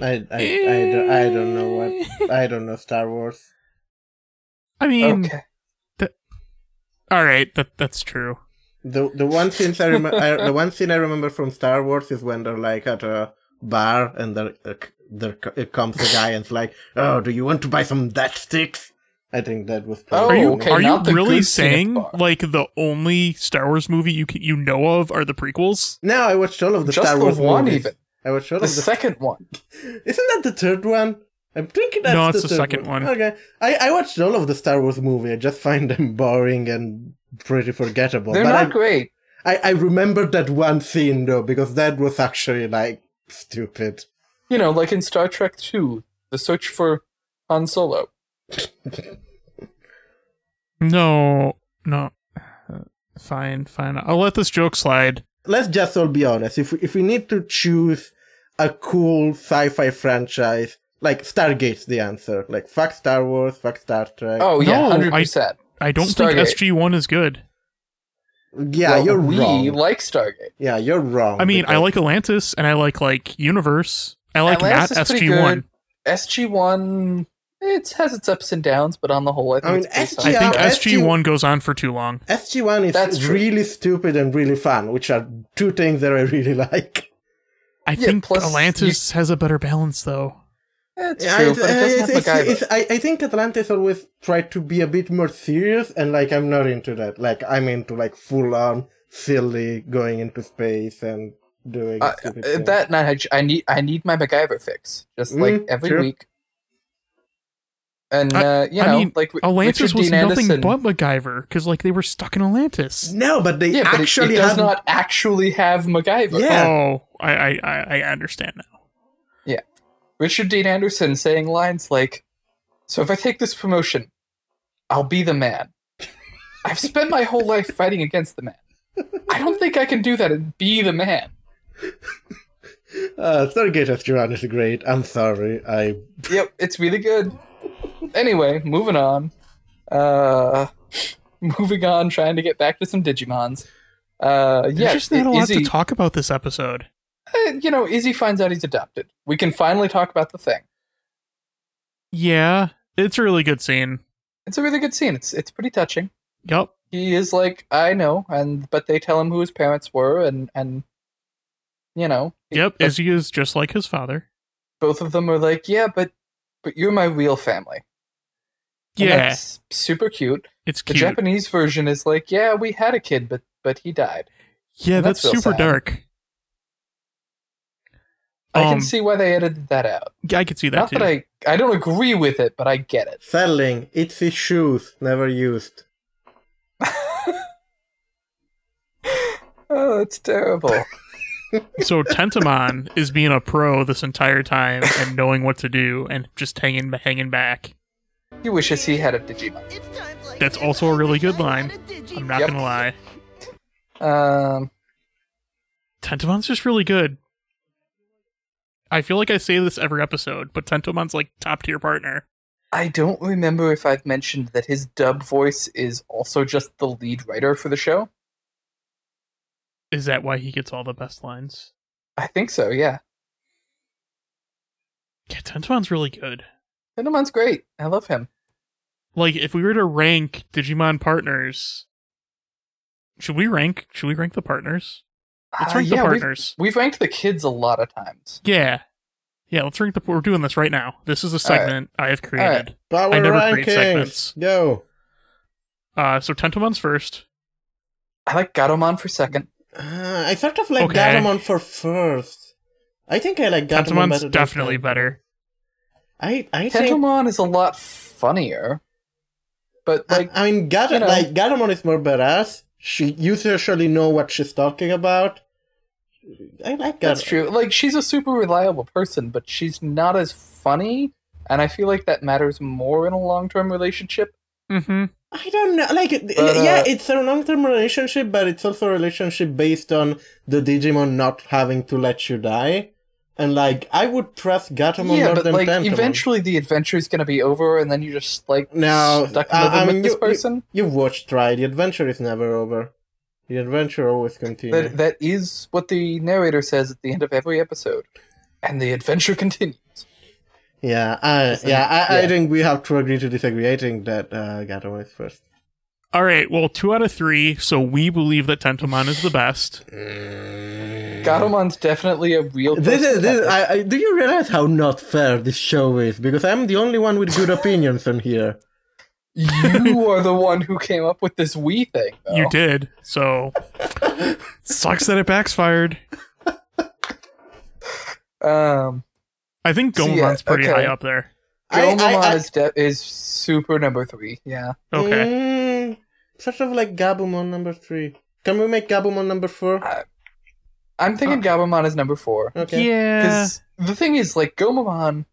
[SPEAKER 5] I I, I, don't, I don't know what I don't know Star Wars.
[SPEAKER 4] I mean,
[SPEAKER 1] okay.
[SPEAKER 4] all right, that that's true.
[SPEAKER 5] The the one scene I, rem- I the one scene I remember from Star Wars is when they're like at a bar and there uh, there co- it comes a guy and's like, "Oh, do you want to buy some that sticks?" I think that was.
[SPEAKER 1] Oh,
[SPEAKER 4] Are you
[SPEAKER 1] okay,
[SPEAKER 4] are you
[SPEAKER 1] not the
[SPEAKER 4] really
[SPEAKER 1] good scene at
[SPEAKER 4] saying
[SPEAKER 1] the bar.
[SPEAKER 4] like the only Star Wars movie you can, you know of are the prequels?
[SPEAKER 5] No, I watched all of the
[SPEAKER 1] Just
[SPEAKER 5] Star
[SPEAKER 1] the
[SPEAKER 5] Wars
[SPEAKER 1] one,
[SPEAKER 5] movies.
[SPEAKER 1] even.
[SPEAKER 5] I watched all
[SPEAKER 1] The
[SPEAKER 5] of the.
[SPEAKER 1] second one.
[SPEAKER 5] Isn't that the third one? I'm thinking that's
[SPEAKER 4] No, it's the
[SPEAKER 5] third
[SPEAKER 4] second one.
[SPEAKER 5] Okay, I, I watched all of the Star Wars movie. I just find them boring and pretty forgettable.
[SPEAKER 1] They're
[SPEAKER 5] but
[SPEAKER 1] not
[SPEAKER 5] I,
[SPEAKER 1] great.
[SPEAKER 5] I, I remembered that one scene though, because that was actually like stupid.
[SPEAKER 1] You know, like in Star Trek 2, the search for Han Solo.
[SPEAKER 4] No, no. Uh, Fine, fine. I'll let this joke slide.
[SPEAKER 5] Let's just all be honest. If we, if we need to choose a cool sci-fi franchise, like Stargate's the answer. Like fuck Star Wars, fuck Star Trek.
[SPEAKER 1] Oh, yeah,
[SPEAKER 4] No, I-
[SPEAKER 1] 100%.
[SPEAKER 4] I don't
[SPEAKER 1] Stargate.
[SPEAKER 4] think SG One is good.
[SPEAKER 5] yeah,
[SPEAKER 1] Well,
[SPEAKER 5] you're
[SPEAKER 1] we
[SPEAKER 5] wrong.
[SPEAKER 1] like Stargate.
[SPEAKER 5] yeah, you're wrong.
[SPEAKER 4] I mean, I
[SPEAKER 5] because-
[SPEAKER 4] like Atlantis and I like like Universe. I like
[SPEAKER 1] Atlantis
[SPEAKER 4] not
[SPEAKER 1] is pretty
[SPEAKER 4] SG One.
[SPEAKER 1] good. SG1, it has its ups and downs, but on the whole, I think
[SPEAKER 5] I mean,
[SPEAKER 1] it's pretty
[SPEAKER 5] SG
[SPEAKER 1] solid.
[SPEAKER 4] I think
[SPEAKER 5] Yeah,
[SPEAKER 4] SG One goes on for too long.
[SPEAKER 5] SG1 is
[SPEAKER 1] That's true.
[SPEAKER 5] really stupid and really fun, which are two things that I really like.
[SPEAKER 4] I
[SPEAKER 1] Yeah,
[SPEAKER 4] think
[SPEAKER 1] plus
[SPEAKER 4] Atlantis has a better balance though.
[SPEAKER 1] It's
[SPEAKER 5] Yeah,
[SPEAKER 1] true,
[SPEAKER 5] it's-
[SPEAKER 1] but it
[SPEAKER 5] uh,
[SPEAKER 1] doesn't
[SPEAKER 5] it's-
[SPEAKER 1] have MacGyver.
[SPEAKER 5] it's- it's- I, I think Atlantis always tried to be a bit more serious, and like I'm not into that. Like I'm into like full on silly going into space and doing
[SPEAKER 1] Uh,
[SPEAKER 5] stupid
[SPEAKER 1] uh,
[SPEAKER 5] things.
[SPEAKER 1] that not I need I need my MacGyver fix just like
[SPEAKER 5] Mm,
[SPEAKER 1] every
[SPEAKER 5] sure.
[SPEAKER 1] week, and
[SPEAKER 4] I-
[SPEAKER 1] uh, you
[SPEAKER 4] I
[SPEAKER 1] know
[SPEAKER 4] mean,
[SPEAKER 1] like R-
[SPEAKER 4] Atlantis
[SPEAKER 1] Richard
[SPEAKER 4] was
[SPEAKER 1] Dean
[SPEAKER 4] nothing
[SPEAKER 1] Anderson.
[SPEAKER 4] but MacGyver because like they were stuck in Atlantis.
[SPEAKER 5] no, but they
[SPEAKER 1] yeah, but it-
[SPEAKER 5] actually
[SPEAKER 1] it, does
[SPEAKER 5] have
[SPEAKER 1] not actually have MacGyver.
[SPEAKER 5] Yeah.
[SPEAKER 4] Oh, I, I- I I understand now.
[SPEAKER 1] Richard Dean Anderson saying lines like, "So if I take this promotion, I'll be the man. I've spent my whole life fighting against the man. I don't think I can do that and be the man."
[SPEAKER 5] Uh, Stargate Esturan is great. I'm sorry. I
[SPEAKER 1] Yep, it's really good. Anyway, moving on. Uh, moving on, trying to get back to some Digimons. Uh,
[SPEAKER 4] There's
[SPEAKER 1] yeah,
[SPEAKER 4] just not a lot
[SPEAKER 1] Izzy,
[SPEAKER 4] to talk about this episode.
[SPEAKER 1] uh, you know, Izzy finds out he's adopted. We can finally talk about the thing.
[SPEAKER 4] Yeah, it's a really good scene.
[SPEAKER 1] It's a really good scene. It's it's pretty touching.
[SPEAKER 4] Yep.
[SPEAKER 1] He is like, I know, and but they tell him who his parents were, and and you know,
[SPEAKER 4] Yep.
[SPEAKER 1] but
[SPEAKER 4] Izzy is just like his father.
[SPEAKER 1] both of them are like, yeah, but but you're my real family. And
[SPEAKER 4] Yeah,
[SPEAKER 1] that's super cute.
[SPEAKER 4] it's
[SPEAKER 1] The
[SPEAKER 4] cute.
[SPEAKER 1] Japanese version is like, yeah, we had a kid, but but he died.
[SPEAKER 4] yeah, that's,
[SPEAKER 1] that's real
[SPEAKER 4] super
[SPEAKER 1] sad.
[SPEAKER 4] dark.
[SPEAKER 1] I can
[SPEAKER 4] Um,
[SPEAKER 1] see why they edited that out.
[SPEAKER 4] I could see that
[SPEAKER 1] Not
[SPEAKER 4] too.
[SPEAKER 1] that I I don't agree with it, but I get it.
[SPEAKER 5] selling itsy shoes never used.
[SPEAKER 1] Oh, it's terrible.
[SPEAKER 4] so Tentamon is being a pro this entire time and knowing what to do and just hanging hanging back.
[SPEAKER 1] he wishes he had a Digimon.
[SPEAKER 4] That's also a really good line. I'm not
[SPEAKER 1] Yep.
[SPEAKER 4] gonna lie.
[SPEAKER 1] Um,
[SPEAKER 4] Tentomon's just really good. I feel like I say this every episode, but Tentomon's like top tier partner.
[SPEAKER 1] I don't remember if I've mentioned that his dub voice is also just the lead writer for the show.
[SPEAKER 4] Is that why he gets all the best lines?
[SPEAKER 1] I think so. Yeah,
[SPEAKER 4] Yeah, Tentomon's really good.
[SPEAKER 1] Venomon's great. I love him.
[SPEAKER 4] Like, if we were to rank Digimon partners, should we rank? Should we rank the partners? Let's
[SPEAKER 1] Uh,
[SPEAKER 4] rank
[SPEAKER 1] yeah,
[SPEAKER 4] the
[SPEAKER 1] we've-
[SPEAKER 4] partners.
[SPEAKER 1] We've, ranked the kids a lot of times.
[SPEAKER 4] Yeah, yeah. Let's rank the. We're doing this right now. This is a
[SPEAKER 1] right.
[SPEAKER 4] segment I have
[SPEAKER 1] right.
[SPEAKER 4] created.
[SPEAKER 5] Power
[SPEAKER 4] I never create segments.
[SPEAKER 5] rankings. Yo.
[SPEAKER 4] Uh, so Tentomon's first.
[SPEAKER 1] I like Gatomon for second.
[SPEAKER 5] Uh, I sort of like
[SPEAKER 4] Okay.
[SPEAKER 5] Gatomon for first. I think I like Gatomon
[SPEAKER 4] Tentomon's
[SPEAKER 5] better. than
[SPEAKER 4] definitely
[SPEAKER 5] Tentomon.
[SPEAKER 4] better.
[SPEAKER 5] I I think
[SPEAKER 1] Tentomon is a lot funnier, but like
[SPEAKER 5] I, I mean Gat-
[SPEAKER 1] you know.
[SPEAKER 5] like Gatomon is more badass. She you usually know what she's talking about. I like Gatomon.
[SPEAKER 1] That's true. Like she's a super reliable person, but she's not as funny, and I feel like that matters more in a long-term relationship.
[SPEAKER 4] Mm-hmm.
[SPEAKER 5] I don't know. Like, th-
[SPEAKER 1] But, uh,
[SPEAKER 5] yeah, it's a long term relationship, but it's also a relationship based on the Digimon not having to let you die. And, like, I would trust Gatomon
[SPEAKER 1] yeah,
[SPEAKER 5] more
[SPEAKER 1] but
[SPEAKER 5] than
[SPEAKER 1] like
[SPEAKER 5] Tentomon.
[SPEAKER 1] eventually the adventure is going to be over, and then you're just like
[SPEAKER 5] No,
[SPEAKER 1] stuck
[SPEAKER 5] I-
[SPEAKER 1] living
[SPEAKER 5] I mean,
[SPEAKER 1] with this
[SPEAKER 5] you- you-
[SPEAKER 1] person.
[SPEAKER 5] You've watched Try. The adventure is never over. The adventure always continues.
[SPEAKER 1] That that is what the narrator says at the end of every episode, and the adventure continues.
[SPEAKER 5] yeah, I,
[SPEAKER 1] Isn't-
[SPEAKER 5] yeah, I, I
[SPEAKER 1] yeah.
[SPEAKER 5] think we have to agree to disagree. I think that uh, Gatomon is first.
[SPEAKER 4] All right. Well, two out of three. So we believe that Tentomon is the best.
[SPEAKER 1] Gatomon's definitely a real.
[SPEAKER 5] This
[SPEAKER 1] person.
[SPEAKER 5] is, this, I, I, do you realize how not fair this show is? Because I'm the only one with good opinions on here.
[SPEAKER 1] you are the one who came up with this we thing. Though.
[SPEAKER 4] You did. So sucks that it backfired.
[SPEAKER 1] Um,
[SPEAKER 4] I think
[SPEAKER 1] So,
[SPEAKER 4] Gomamon's
[SPEAKER 1] yeah,
[SPEAKER 4] pretty
[SPEAKER 1] okay.
[SPEAKER 4] high up there.
[SPEAKER 5] I-
[SPEAKER 1] Gomamon
[SPEAKER 5] I- I-
[SPEAKER 1] is de- is super number three. Yeah.
[SPEAKER 4] Okay.
[SPEAKER 5] Mm, sort of like Gabumon number three. Can we make Gabumon number four?
[SPEAKER 1] I'm thinking Gabumon is number four.
[SPEAKER 5] Okay.
[SPEAKER 4] Yeah.
[SPEAKER 1] Because the thing is, like, Gomamon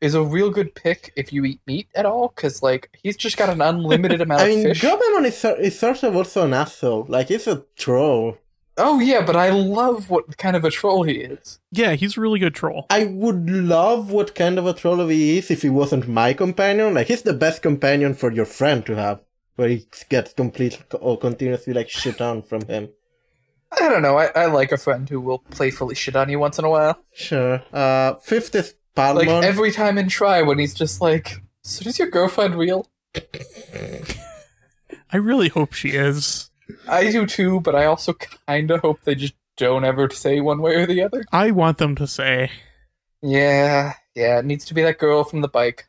[SPEAKER 1] is a real good pick if you eat meat at all, because, like, he's just got an unlimited amount
[SPEAKER 5] I
[SPEAKER 1] of
[SPEAKER 5] mean,
[SPEAKER 1] fish.
[SPEAKER 5] Gabumon is, sor- is sort of also an asshole. Like, he's a troll.
[SPEAKER 1] oh, yeah, but I love what kind of a troll he is.
[SPEAKER 4] Yeah, he's a really good troll.
[SPEAKER 5] I would love what kind of a troll he is if he wasn't my companion. Like, he's the best companion for your friend to have, where he gets complete or continuously, like, shit on from him.
[SPEAKER 1] I don't know. I, I like a friend who will playfully shit on you once in a while.
[SPEAKER 5] Sure. Uh, fifth is Palmon.
[SPEAKER 1] Like, every time in Try when he's just like, So is your girlfriend real?
[SPEAKER 4] I really hope she is.
[SPEAKER 1] I do too, but I also kind of hope they just don't ever say one way or the other.
[SPEAKER 4] I want them to say.
[SPEAKER 1] Yeah, yeah, it needs to be that girl from the bike.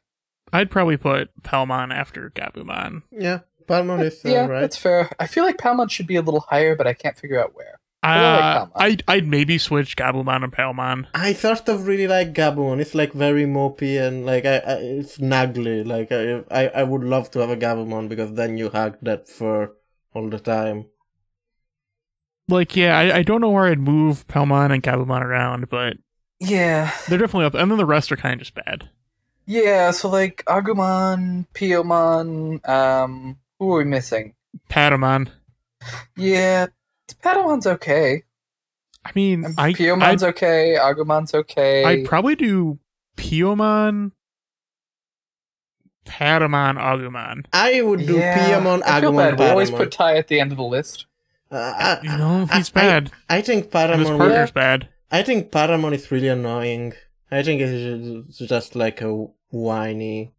[SPEAKER 4] I'd probably put Palmon after Gabumon.
[SPEAKER 5] yeah, Palmon is uh,
[SPEAKER 1] yeah,
[SPEAKER 5] right.
[SPEAKER 1] that's fair. I feel like Palmon should be a little higher, but I can't figure out where. I
[SPEAKER 4] Uh,
[SPEAKER 1] like Palmon.
[SPEAKER 4] I'd, I'd maybe switch Gabumon and Palmon.
[SPEAKER 5] I sort of really like Gabumon. It's like very mopey and like I, I it's naggly. Like I, I, I would love to have a Gabumon because then you hug that fur all the time.
[SPEAKER 4] Like, yeah, I, I don't know where I'd move Palmon and Gabumon around, but
[SPEAKER 1] Yeah,
[SPEAKER 4] they're definitely up. And then the rest are kind of just bad.
[SPEAKER 1] yeah. So like Agumon, Piomon. Um, who are we missing?
[SPEAKER 4] Patamon.
[SPEAKER 1] Yeah, Padawan's okay.
[SPEAKER 4] I mean, I
[SPEAKER 1] Pyomon's
[SPEAKER 4] I'd,
[SPEAKER 1] okay. Agumon's okay.
[SPEAKER 4] I'd probably do Piomon, Patamon, Agumon.
[SPEAKER 5] I would do Piamon,
[SPEAKER 1] I feel
[SPEAKER 5] Agumon,
[SPEAKER 1] bad. We always
[SPEAKER 5] Paramon.
[SPEAKER 1] put Ty at the end of the list.
[SPEAKER 5] Uh, I-
[SPEAKER 4] You know,
[SPEAKER 5] I-
[SPEAKER 4] he's
[SPEAKER 5] I-
[SPEAKER 4] bad.
[SPEAKER 5] I think
[SPEAKER 4] and his
[SPEAKER 5] Paramon. would-
[SPEAKER 4] partner's bad.
[SPEAKER 5] I think Paramon is really annoying. I think it's ju- just like a whiny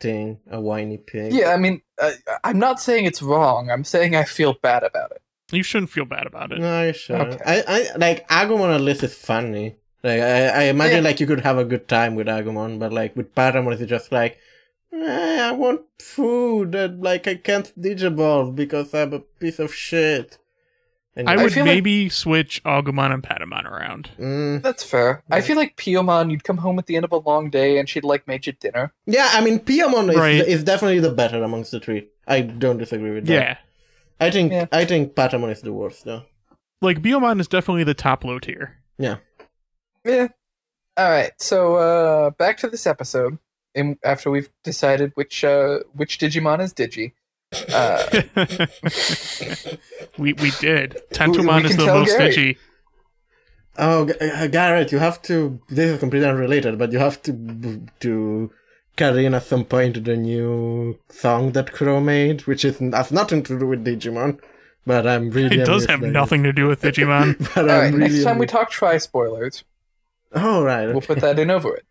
[SPEAKER 5] thing, a whiny pig.
[SPEAKER 1] Yeah, I mean, uh, I'm not saying it's wrong. I'm saying I feel bad about it.
[SPEAKER 4] You shouldn't feel bad about it.
[SPEAKER 5] No, you sure.
[SPEAKER 1] Okay.
[SPEAKER 5] I, I like Agumon at least is funny. Like I, I imagine
[SPEAKER 1] Yeah.
[SPEAKER 5] like you could have a good time with Agumon, but like with Paramon it's just like eh, I want food and like I can't digivolve because I'm a piece of shit. And
[SPEAKER 4] I
[SPEAKER 1] I
[SPEAKER 4] would
[SPEAKER 1] feel like-
[SPEAKER 4] maybe switch Agumon and Patamon around.
[SPEAKER 5] Mm.
[SPEAKER 1] That's fair. I
[SPEAKER 5] Yeah.
[SPEAKER 1] feel like Piomon, you'd come home at the end of a long day and she'd like made you dinner.
[SPEAKER 5] Yeah, I mean Piamon is,
[SPEAKER 4] Right.
[SPEAKER 5] is definitely the better amongst the three. I don't disagree with that.
[SPEAKER 4] Yeah.
[SPEAKER 5] I think
[SPEAKER 1] Yeah.
[SPEAKER 5] I think Patamon is the worst though.
[SPEAKER 4] Like, Biomon is definitely the top low tier.
[SPEAKER 1] Yeah. All right. So uh, back to this episode. In, after we've decided which uh, which Digimon is Digi. Uh,
[SPEAKER 4] we we did.
[SPEAKER 1] We-
[SPEAKER 4] Tentomon
[SPEAKER 1] we
[SPEAKER 4] is
[SPEAKER 1] can
[SPEAKER 4] the
[SPEAKER 1] tell
[SPEAKER 4] most
[SPEAKER 1] Gary.
[SPEAKER 4] itchy.
[SPEAKER 5] Oh, G- uh, Garrett, you have to. This is completely unrelated, but you have to to carry in at some point the new song that Crow made, which is has nothing to do with Digimon. But I'm really.
[SPEAKER 4] It does
[SPEAKER 5] amused
[SPEAKER 4] have
[SPEAKER 5] by
[SPEAKER 4] nothing to do with Digimon.
[SPEAKER 5] But I'm
[SPEAKER 1] all right.
[SPEAKER 5] really
[SPEAKER 1] Next time we
[SPEAKER 5] amused.
[SPEAKER 1] talk try spoilers,
[SPEAKER 5] Oh right.
[SPEAKER 1] we'll put that in over it.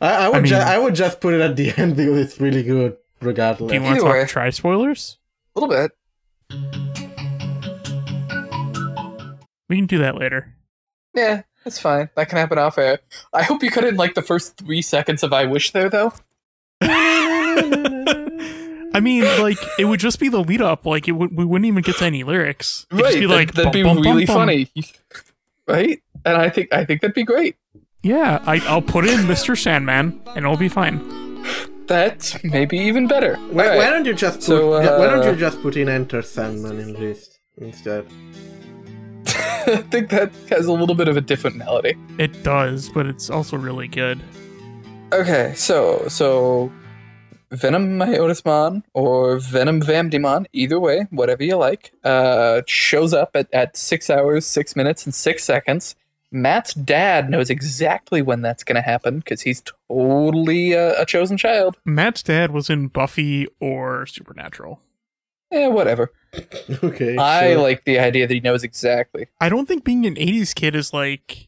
[SPEAKER 5] I, I would
[SPEAKER 4] I
[SPEAKER 5] ju-
[SPEAKER 4] mean-
[SPEAKER 5] I would just put it at the end because it's really good, regardless.
[SPEAKER 4] do you want to
[SPEAKER 1] Either way.
[SPEAKER 4] talk try spoilers?
[SPEAKER 1] A little bit.
[SPEAKER 4] We can do that later.
[SPEAKER 1] Yeah, that's fine. That can happen off air. I hope you cut in like the first three seconds of I Wish there, though.
[SPEAKER 4] I mean, like it would just be the lead up. Like it would, we wouldn't even get to any lyrics. It'd just be
[SPEAKER 1] that-
[SPEAKER 4] like
[SPEAKER 1] that'd be
[SPEAKER 4] bum, bum, bum,
[SPEAKER 1] really
[SPEAKER 4] bum.
[SPEAKER 1] funny, right? And I think I think that'd be great.
[SPEAKER 4] Yeah, I, I'll put in Mr. Sandman, and it'll be fine.
[SPEAKER 1] That's maybe even better.
[SPEAKER 5] Why,
[SPEAKER 1] All
[SPEAKER 5] why
[SPEAKER 1] right.
[SPEAKER 5] don't you just put,
[SPEAKER 1] So, uh,
[SPEAKER 5] Why don't you just put in Enter Sandman in list instead?
[SPEAKER 1] I think that has a little bit of a different melody.
[SPEAKER 4] It does, but it's also really good.
[SPEAKER 1] Okay, so so Venom Myotismon or Venom Vamdemon, either way, whatever you like, uh, shows up at, at six hours, six minutes, and six seconds. Matt's dad knows exactly when that's going to happen because he's totally uh, a chosen child.
[SPEAKER 4] Matt's dad was in Buffy or Supernatural.
[SPEAKER 1] Eh, whatever.
[SPEAKER 5] okay.
[SPEAKER 1] I
[SPEAKER 5] sure.
[SPEAKER 1] like the idea that he knows exactly.
[SPEAKER 4] I don't think being an '80s kid is like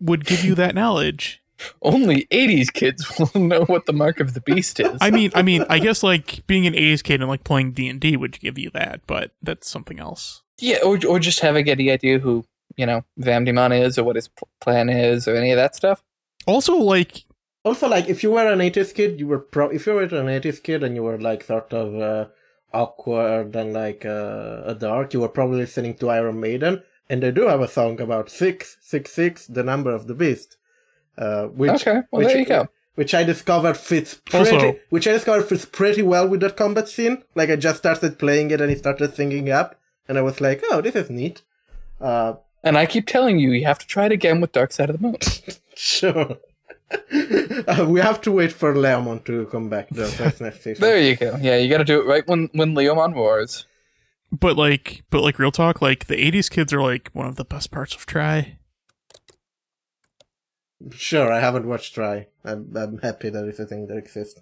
[SPEAKER 4] would give you that knowledge.
[SPEAKER 1] Only 80s kids will know what the mark of the beast is.
[SPEAKER 4] I mean, I mean, I guess like being an '80s kid and like playing D and D would give you that, but that's something else.
[SPEAKER 1] Yeah, or, or just having any idea who, you know, Vamdemon is or what his pl- plan is or any of that stuff.
[SPEAKER 4] Also, like,
[SPEAKER 5] Also, like, if you were an 80s kid, you were pro. If you were an 80s kid and you were like sort of uh, awkward and like uh, a dark, you were probably listening to Iron Maiden, and they do have a song about six, six, six, the number of the beast. Uh, which,
[SPEAKER 1] okay, well,
[SPEAKER 5] which,
[SPEAKER 1] there you go.
[SPEAKER 5] Which I discovered fits
[SPEAKER 4] Also-
[SPEAKER 5] pretty. which I discovered fits pretty well with that combat scene. Like, I just started playing it and it started singing up, and I was like, "Oh, this is neat." Uh,
[SPEAKER 1] And I keep telling you, you have to try it again with Dark Side of the Moon.
[SPEAKER 5] sure. Uh, we have to wait for Leomon to come back though. That's next season.
[SPEAKER 1] there you go. Yeah, you got to do it right when when Leomon roars.
[SPEAKER 4] but like, but like, real talk, like the '80s kids are like one of the best parts of Try.
[SPEAKER 5] Sure, I haven't watched Try. I'm, I'm happy that it's a thing that exists.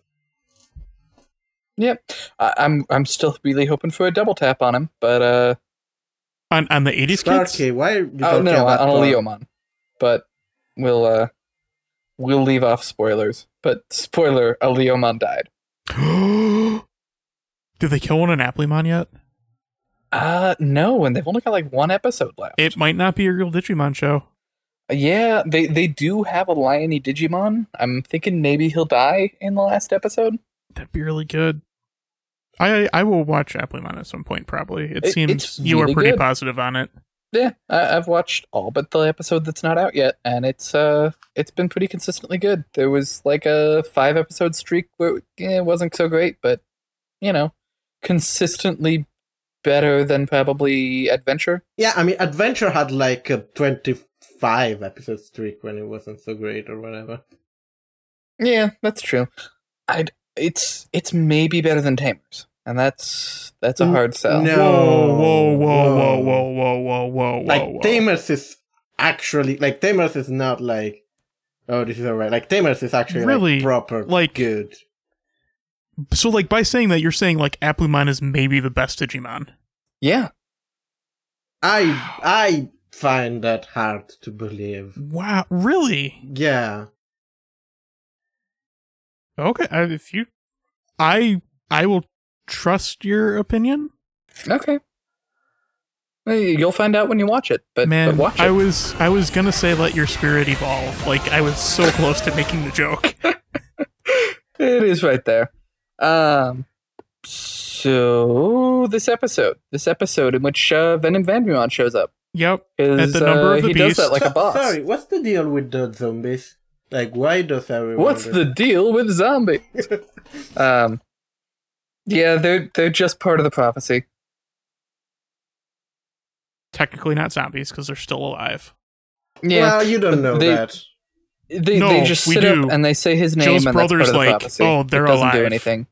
[SPEAKER 1] Yep, I, I'm I'm still really hoping for a double tap on him, but uh,
[SPEAKER 4] On on the '80s kids,
[SPEAKER 5] Starkey, why you
[SPEAKER 1] oh
[SPEAKER 5] don't
[SPEAKER 1] no,
[SPEAKER 5] care
[SPEAKER 1] on
[SPEAKER 5] about
[SPEAKER 1] on a
[SPEAKER 5] Thor?
[SPEAKER 1] Leomon. But we'll uh, we'll leave off spoilers. But spoiler, a Leomon died.
[SPEAKER 4] did they kill one on Applemon yet?
[SPEAKER 1] Uh no, and they've only got like one episode left.
[SPEAKER 4] It might not be a real Digimon show.
[SPEAKER 1] Yeah, they they do have a liony Digimon. I'm thinking maybe he'll die in the last episode.
[SPEAKER 4] That'd be really good. I I will watch Applemon at some point. Probably. It,
[SPEAKER 1] It-
[SPEAKER 4] seems
[SPEAKER 1] it's
[SPEAKER 4] you
[SPEAKER 1] really
[SPEAKER 4] are pretty
[SPEAKER 1] good.
[SPEAKER 4] positive on it.
[SPEAKER 1] Yeah, I, I've watched all but the episode that's not out yet, and it's uh it's been pretty consistently good. There was like a five episode streak where yeah, it wasn't so great, but you know, consistently better than probably Adventure.
[SPEAKER 5] Yeah, I mean, Adventure had like a 25 episode streak when it wasn't so great or whatever.
[SPEAKER 1] Yeah, that's true. I it's it's maybe better than Tamers, and that's that's a
[SPEAKER 5] Mm,
[SPEAKER 1] hard sell.
[SPEAKER 5] no.
[SPEAKER 4] Whoa, whoa, whoa,
[SPEAKER 5] whoa.
[SPEAKER 4] whoa, whoa, whoa, whoa, whoa, whoa.
[SPEAKER 5] like, Tamers is actually like Tamers is not like oh this is alright. Like Tamers is actually
[SPEAKER 4] Really,
[SPEAKER 5] like, proper
[SPEAKER 4] like-
[SPEAKER 5] good.
[SPEAKER 4] So, like, by saying that, you're saying like Applemon is maybe the best Digimon.
[SPEAKER 1] Yeah.
[SPEAKER 5] I I find that hard to believe.
[SPEAKER 4] Wow, really?
[SPEAKER 5] Yeah.
[SPEAKER 4] Okay, I- if you, I, I will trust your opinion.
[SPEAKER 1] Okay. Well, You'll find out when you watch it, but,
[SPEAKER 4] Man,
[SPEAKER 1] but watch it.
[SPEAKER 4] I was, I was gonna say let your spirit evolve. Like, I was so close to making the joke.
[SPEAKER 1] it is right there. Um, so this episode, this episode in which uh, Venom Vandermon shows up,
[SPEAKER 4] Yep.
[SPEAKER 1] is
[SPEAKER 4] At the number
[SPEAKER 1] uh,
[SPEAKER 4] of the
[SPEAKER 1] he does
[SPEAKER 4] beast.
[SPEAKER 1] that like a
[SPEAKER 5] So-
[SPEAKER 1] boss.
[SPEAKER 5] Sorry, what's the deal with the zombies? Like why does everyone
[SPEAKER 1] What's the deal with zombie? um, yeah, they're they're just part of the prophecy.
[SPEAKER 4] Technically not zombies because they're still alive.
[SPEAKER 1] Yeah,
[SPEAKER 5] Well, you don't know
[SPEAKER 1] They-
[SPEAKER 5] that.
[SPEAKER 1] they,
[SPEAKER 4] No,
[SPEAKER 1] they just
[SPEAKER 4] we
[SPEAKER 1] sit
[SPEAKER 4] do.
[SPEAKER 1] up and they say his name,
[SPEAKER 4] Joe's
[SPEAKER 1] and that's
[SPEAKER 4] brother's
[SPEAKER 1] part of the
[SPEAKER 4] like,
[SPEAKER 1] prophecy.
[SPEAKER 4] "Oh, they're
[SPEAKER 1] it doesn't do
[SPEAKER 4] alive."
[SPEAKER 1] anything.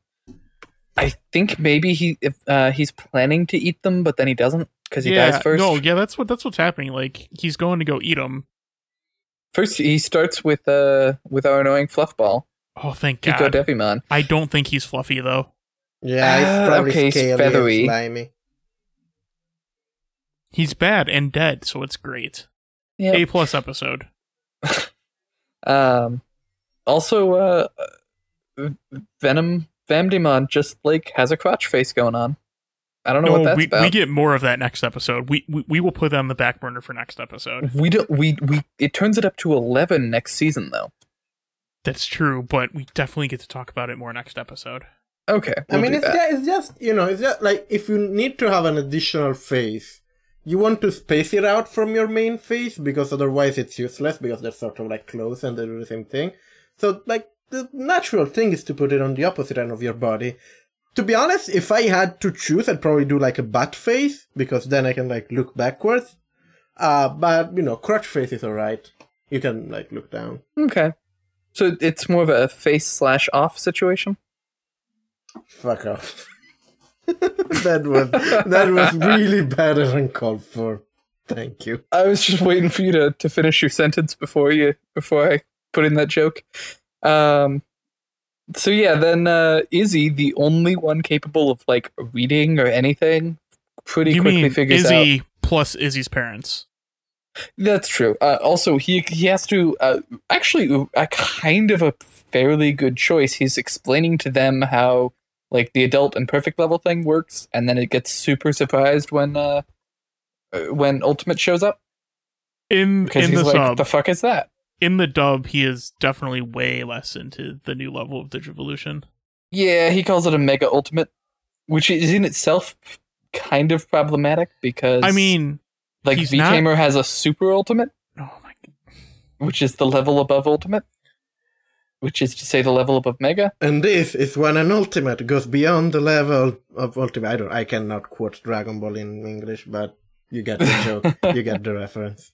[SPEAKER 1] I think maybe he if, uh, he's planning to eat them, but then he doesn't because he
[SPEAKER 4] yeah.
[SPEAKER 1] dies first.
[SPEAKER 4] No. Yeah, that's what that's what's happening. Like, he's going to go eat them.
[SPEAKER 1] First, he starts with uh with our annoying fluffball,
[SPEAKER 4] Oh, thank God.
[SPEAKER 1] Kiko Devimon.
[SPEAKER 4] I don't think he's fluffy though.
[SPEAKER 5] Yeah, it's
[SPEAKER 1] Ah,
[SPEAKER 5] probably
[SPEAKER 1] okay, it's
[SPEAKER 5] scaly and
[SPEAKER 1] feathery.
[SPEAKER 5] slimy.
[SPEAKER 4] He's bad and dead, so it's great.
[SPEAKER 1] Yep.
[SPEAKER 4] A plus episode.
[SPEAKER 1] Um, also, uh, Venom Vamdemon just like has a crotch face going on. I don't know what that's
[SPEAKER 4] Oh, we,
[SPEAKER 1] about.
[SPEAKER 4] we get more of that next episode. We, we we will put that on the back burner for next episode.
[SPEAKER 1] We don't. We we. It turns it up to eleven next season, though.
[SPEAKER 4] That's true, but we definitely get to talk about it more next episode.
[SPEAKER 1] Okay.
[SPEAKER 5] I
[SPEAKER 1] we'll
[SPEAKER 5] mean,
[SPEAKER 1] do
[SPEAKER 5] it's
[SPEAKER 1] that.
[SPEAKER 5] just, it's just you know, it's just like if you need to have an additional face, you want to space it out from your main face because otherwise it's useless because they're sort of like close and they do the same thing. So like the natural thing is to put it on the opposite end of your body. To be honest, if I had to choose, I'd probably do like a butt face because then I can like look backwards. Uh, but you know, crotch face is alright. You can like look down.
[SPEAKER 1] okay. So it's more of a face slash off situation.
[SPEAKER 5] Fuck off. that was that was really bad and uncalled for. Thank you.
[SPEAKER 1] I was just waiting for you to, to finish your sentence before you before I put in that joke. Um, so yeah, then uh, Izzy, the only one capable of like reading or anything, pretty
[SPEAKER 4] you
[SPEAKER 1] quickly
[SPEAKER 4] mean
[SPEAKER 1] figures out.
[SPEAKER 4] Izzy plus Izzy's parents?
[SPEAKER 1] That's true. Uh, also, he he has to uh, actually a kind of a fairly good choice. He's explaining to them how like the adult and perfect level thing works, and then it gets super surprised when uh, uh, when Ultimate shows up
[SPEAKER 4] In
[SPEAKER 1] because
[SPEAKER 4] in
[SPEAKER 1] he's
[SPEAKER 4] the
[SPEAKER 1] like,
[SPEAKER 4] sub,
[SPEAKER 1] "The fuck is that?"
[SPEAKER 4] in the dub, he is definitely way less into the new level of Digivolution.
[SPEAKER 1] Yeah, he calls it a mega ultimate, which is in itself kind of problematic because
[SPEAKER 4] I mean,
[SPEAKER 1] like
[SPEAKER 4] he's
[SPEAKER 1] V
[SPEAKER 4] not-
[SPEAKER 1] Tamer has a super ultimate,
[SPEAKER 4] oh my, g-
[SPEAKER 1] which is the level above ultimate, which is to say the level above mega.
[SPEAKER 5] And this is when an ultimate goes beyond the level of ultimate. I don't. I cannot quote Dragon Ball in English, but you get the joke. you get the reference.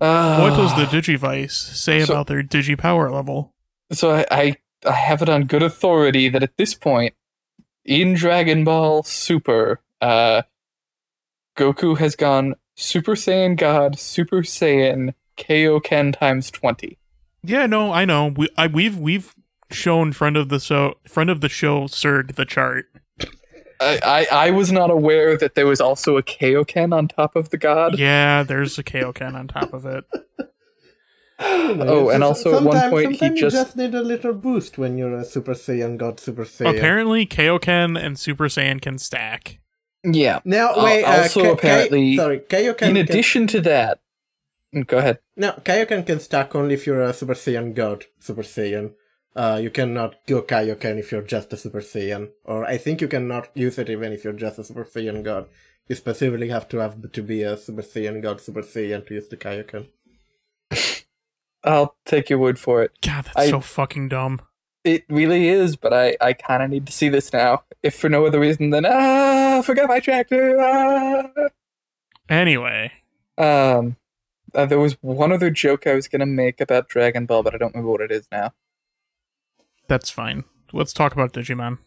[SPEAKER 1] Uh,
[SPEAKER 4] what does the Digivice say
[SPEAKER 1] So-
[SPEAKER 4] about their Digi power level?
[SPEAKER 1] so I, I I have it on good authority that at this point in Dragon Ball Super, uh, Goku has gone Super Saiyan God, Super Saiyan Kaioken times twenty.
[SPEAKER 4] Yeah, no, I know. We I, we've we've shown friend of the so friend of the show Serg the chart.
[SPEAKER 1] I, I I was not aware that there was also a Kaioken on top of the god.
[SPEAKER 4] Yeah, there's a Kaioken on top of it.
[SPEAKER 1] Oh, and also at one
[SPEAKER 5] Sometimes-
[SPEAKER 1] point he
[SPEAKER 5] sometimes
[SPEAKER 1] just-
[SPEAKER 5] you just need a little boost when you're a Super Saiyan God Super Saiyan.
[SPEAKER 4] Apparently, Kaioken and Super Saiyan can stack.
[SPEAKER 1] Yeah.
[SPEAKER 5] Now
[SPEAKER 1] Al-
[SPEAKER 5] wait. uh,
[SPEAKER 1] also
[SPEAKER 5] Kai- Kai-
[SPEAKER 1] apparently-
[SPEAKER 5] sorry, Kaioken.
[SPEAKER 1] In
[SPEAKER 5] can-
[SPEAKER 1] addition to that, Mm, go ahead.
[SPEAKER 5] No, Kaioken can stack only if you're a Super Saiyan God, Super Saiyan. Uh, you cannot go Kaioken if you're just a Super Saiyan. Or I think you cannot use it even if you're just a Super Saiyan God. You specifically have to have to be a Super Saiyan God, Super Saiyan to use the Kaioken.
[SPEAKER 1] I'll take your word for it.
[SPEAKER 4] God, that's
[SPEAKER 1] I-
[SPEAKER 4] so fucking dumb.
[SPEAKER 1] It really is, but I, I kind of need to see this now, if for no other reason than ah, I forgot my tractor. Ah.
[SPEAKER 4] Anyway,
[SPEAKER 1] Um, uh, there was one other joke I was gonna make about Dragon Ball, but I don't remember what it is now.
[SPEAKER 4] that's fine. Let's talk about Digimon.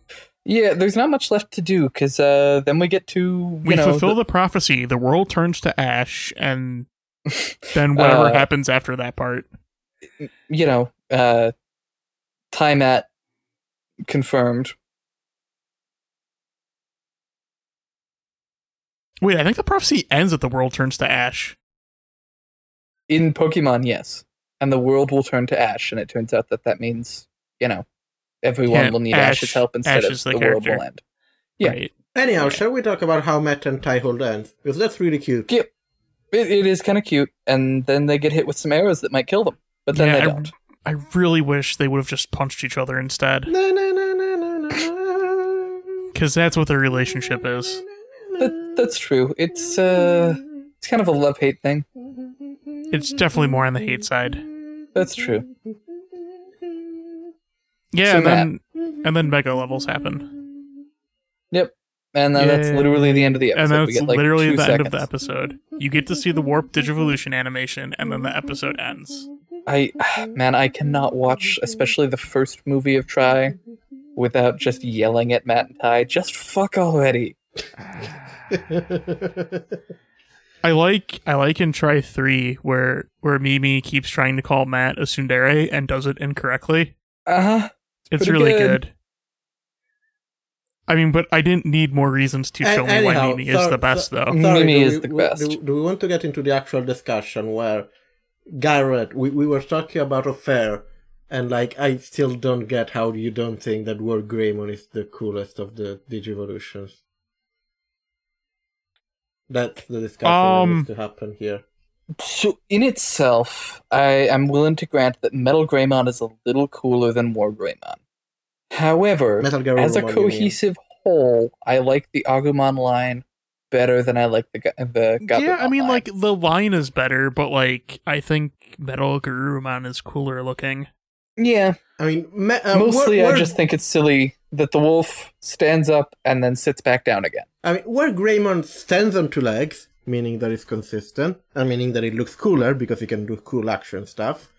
[SPEAKER 1] Yeah, there's not much left to do because uh, then we get to you
[SPEAKER 4] We
[SPEAKER 1] know
[SPEAKER 4] fulfill the prophecy. The world turns to ash, and then whatever
[SPEAKER 1] Uh, happens
[SPEAKER 4] happens after that part.
[SPEAKER 1] you know uh, time at confirmed.
[SPEAKER 4] Wait, I think the prophecy ends at the world turns to ash.
[SPEAKER 1] in Pokemon, yes, and the world will turn to ash, and it turns out that that means you know everyone
[SPEAKER 4] Yeah,
[SPEAKER 1] will need
[SPEAKER 4] Ash-
[SPEAKER 1] Ash's help instead
[SPEAKER 4] Ash
[SPEAKER 1] of
[SPEAKER 4] is
[SPEAKER 1] the,
[SPEAKER 4] the
[SPEAKER 1] world
[SPEAKER 4] character.
[SPEAKER 1] will end. Yeah.
[SPEAKER 4] Right.
[SPEAKER 5] Anyhow, shall we talk about how Matt and Tyhold end? Because that's really cute.
[SPEAKER 1] Yeah. It, it is kind of cute, and then they get hit with some arrows that might kill them, but then
[SPEAKER 4] Yeah,
[SPEAKER 1] they
[SPEAKER 4] I-
[SPEAKER 1] don't.
[SPEAKER 4] I really wish they would have just punched each other instead,
[SPEAKER 5] Na, na, na, na, na, na, na.
[SPEAKER 4] because that's what their relationship is.
[SPEAKER 1] That, that's true. It's uh, it's kind of a love hate thing.
[SPEAKER 4] It's definitely more on the hate side.
[SPEAKER 1] That's true.
[SPEAKER 4] Yeah,
[SPEAKER 1] So
[SPEAKER 4] and then and then mega levels happen,
[SPEAKER 1] Yep. And then that's
[SPEAKER 4] Yay.
[SPEAKER 1] literally the end of the episode.
[SPEAKER 4] and then
[SPEAKER 1] we
[SPEAKER 4] it's
[SPEAKER 1] get like
[SPEAKER 4] literally
[SPEAKER 1] two
[SPEAKER 4] the
[SPEAKER 1] seconds.
[SPEAKER 4] end of the episode. You get to see the warp digivolution animation, and then the episode ends.
[SPEAKER 1] I man, I cannot watch, especially the first movie of Try, without just yelling at Matt and Ty. Just fuck already.
[SPEAKER 4] I like I like in try three where where Mimi keeps trying to call Matt a tsundere and does it incorrectly.
[SPEAKER 1] Uh huh.
[SPEAKER 4] It's
[SPEAKER 1] Pretty
[SPEAKER 4] really
[SPEAKER 1] good.
[SPEAKER 4] good. I mean, but I didn't need more reasons to
[SPEAKER 5] An-
[SPEAKER 4] show me
[SPEAKER 5] anyhow,
[SPEAKER 4] why Mimi
[SPEAKER 5] so-
[SPEAKER 4] is the best,
[SPEAKER 5] so-
[SPEAKER 4] though.
[SPEAKER 5] sorry,
[SPEAKER 1] Mimi
[SPEAKER 5] do
[SPEAKER 1] is
[SPEAKER 5] we-
[SPEAKER 1] the
[SPEAKER 5] we-
[SPEAKER 1] best.
[SPEAKER 5] Do, do we want to get into the actual discussion where Garrett, we, we were talking about a fair, and like I still don't get how you don't think that Word Greymon is the coolest of the Digivolutions. That's the discussion that
[SPEAKER 4] Um,
[SPEAKER 5] needs to happen here.
[SPEAKER 1] So in itself, I am willing to grant that Metal Greymon is a little cooler than War Greymon. However,
[SPEAKER 5] Metal Gear
[SPEAKER 1] as a
[SPEAKER 5] Roman Union.
[SPEAKER 1] cohesive whole, I like the Agumon line better than I like the Ga- the Gabumon
[SPEAKER 4] yeah, I mean,
[SPEAKER 1] line.
[SPEAKER 4] like the line is better, but like I think Metal Garurumon is cooler looking.
[SPEAKER 1] yeah.
[SPEAKER 5] I mean, me, uh,
[SPEAKER 1] Mostly,
[SPEAKER 5] Word-
[SPEAKER 1] I just think it's silly that the wolf stands up and then sits back down again.
[SPEAKER 5] I mean, where Greymon stands on two legs, meaning that it's consistent, and meaning that it looks cooler because he can do cool action stuff.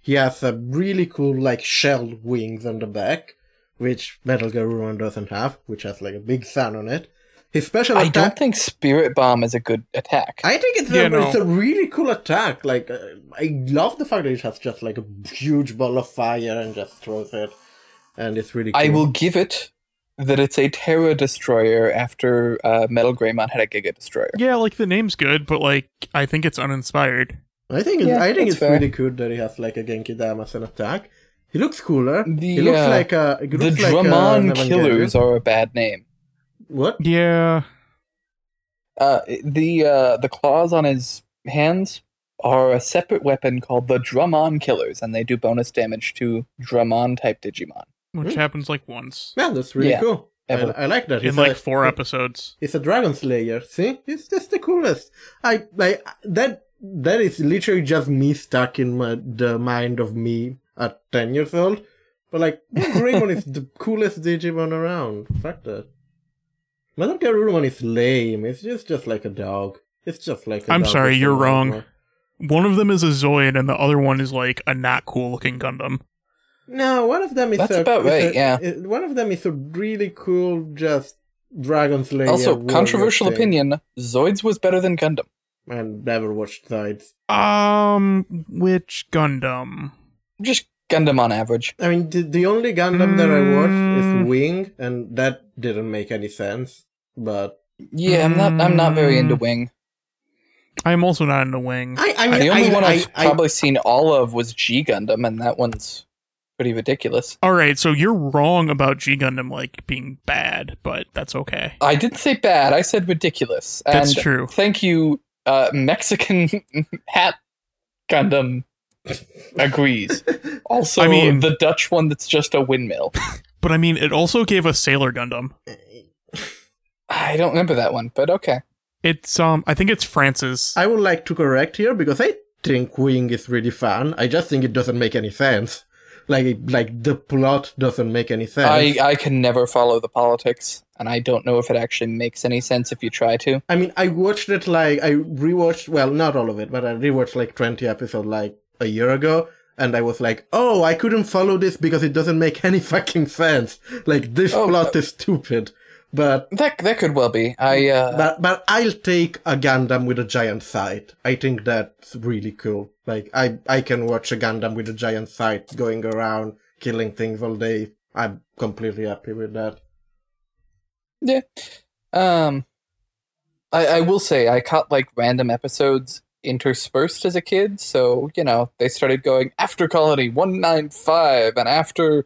[SPEAKER 5] He has a really cool, like, shelled wings on the back, which Metal Garurumon doesn't have, which has, like, a big sun on it. His special
[SPEAKER 1] I
[SPEAKER 5] attack.
[SPEAKER 1] don't think Spirit Bomb is a good attack.
[SPEAKER 5] I think it's, a,
[SPEAKER 4] Yeah, no.
[SPEAKER 5] it's a really cool attack. Like, uh, I love the fact that it has just, like, a huge ball of fire and just throws it. And it's really cool.
[SPEAKER 1] I will give it that it's a Terra Destroyer after uh, Metal Greymon had a Giga Destroyer.
[SPEAKER 4] Yeah, like the name's good, but like I think it's uninspired.
[SPEAKER 5] I think it's,
[SPEAKER 1] Yeah,
[SPEAKER 5] I
[SPEAKER 1] that's
[SPEAKER 5] think it's
[SPEAKER 1] fair.
[SPEAKER 5] really cool that he has like a Genki Dam as an attack. He looks cooler. he
[SPEAKER 1] The,
[SPEAKER 5] looks
[SPEAKER 1] uh,
[SPEAKER 5] like a he
[SPEAKER 1] The
[SPEAKER 5] looks like
[SPEAKER 1] Dramon
[SPEAKER 5] a Evangelion.
[SPEAKER 1] Killers are a bad name.
[SPEAKER 5] What?
[SPEAKER 4] Yeah,
[SPEAKER 1] Uh, the uh, the claws on his hands are a separate weapon called the Drummon Killers, and they do bonus damage to Drummon type Digimon.
[SPEAKER 4] which
[SPEAKER 5] Hmm.
[SPEAKER 4] happens like once
[SPEAKER 5] Yeah, that's really
[SPEAKER 1] Yeah,
[SPEAKER 5] cool. I,
[SPEAKER 1] Evelyn.
[SPEAKER 5] I like that.
[SPEAKER 4] in
[SPEAKER 5] He's
[SPEAKER 4] like
[SPEAKER 5] a-
[SPEAKER 4] four
[SPEAKER 5] he-
[SPEAKER 4] episodes.
[SPEAKER 5] He's a dragon slayer. See, he's just the coolest. I like that. That is literally just me stuck in my, the mind of me at ten years old. But like, Greymon is the coolest Digimon around. Fuck that. Metal Garurumon is lame. It's just just like a dog. It's just like. a
[SPEAKER 4] I'm
[SPEAKER 5] dog
[SPEAKER 4] sorry,
[SPEAKER 5] with
[SPEAKER 4] you're
[SPEAKER 5] some
[SPEAKER 4] wrong.
[SPEAKER 5] armor.
[SPEAKER 4] One of them is a Zoid, and the other one is like a not cool looking Gundam.
[SPEAKER 5] No, one of them is
[SPEAKER 1] That's
[SPEAKER 5] a,
[SPEAKER 1] about
[SPEAKER 5] is a-
[SPEAKER 1] right, yeah.
[SPEAKER 5] i- one of them is a really cool, just Dragon Slayer.
[SPEAKER 1] also,
[SPEAKER 5] warrior
[SPEAKER 1] controversial
[SPEAKER 5] thing.
[SPEAKER 1] opinion: Zoids was better than Gundam.
[SPEAKER 5] I never watched sides.
[SPEAKER 4] Um, which Gundam?
[SPEAKER 1] Just Gundam on average.
[SPEAKER 5] I mean, the, the only Gundam that I watched
[SPEAKER 4] Mm.
[SPEAKER 5] is Wing, and that didn't make any sense. But
[SPEAKER 1] Yeah, I'm not. I'm not very into
[SPEAKER 4] Mm.
[SPEAKER 1] Wing.
[SPEAKER 4] I'm also not in the wing.
[SPEAKER 5] I, I mean,
[SPEAKER 1] The only
[SPEAKER 5] I,
[SPEAKER 1] one
[SPEAKER 5] I,
[SPEAKER 1] I've
[SPEAKER 5] I-
[SPEAKER 1] probably seen all of was G Gundam, and that one's pretty ridiculous.
[SPEAKER 4] All right, so you're wrong about G Gundam like being bad, but that's okay.
[SPEAKER 1] I didn't say bad. I said ridiculous. And
[SPEAKER 4] That's true.
[SPEAKER 1] Thank you, uh, Mexican hat Gundam agrees. Also,
[SPEAKER 4] I mean-
[SPEAKER 1] the Dutch one that's just a windmill.
[SPEAKER 4] But I mean, it also gave us Sailor Gundam.
[SPEAKER 1] I don't remember that one, but okay.
[SPEAKER 4] It's um, I think it's Francis.
[SPEAKER 5] I would like to correct here because I think Wing is really fun. I just think it doesn't make any sense. Like, it- like the plot doesn't make any sense.
[SPEAKER 1] I, I can never follow the politics, and I don't know if it actually makes any sense if you try to.
[SPEAKER 5] I mean, I watched it like I rewatched. Well, not all of it, but I rewatched like twenty episodes like a year ago, and I was like, oh, I couldn't follow this because it doesn't make any fucking sense. Like this
[SPEAKER 1] Oh,
[SPEAKER 5] plot is stupid. But
[SPEAKER 1] That that could well be. I uh,
[SPEAKER 5] but but I'll take a Gundam with a giant sight. I think that's really cool. Like I I can watch a Gundam with a giant sight going around killing things all day. I'm completely happy with that.
[SPEAKER 1] yeah. Um, I I will say I caught like random episodes interspersed as a kid, so you know they started going after Colony One Nine Five and after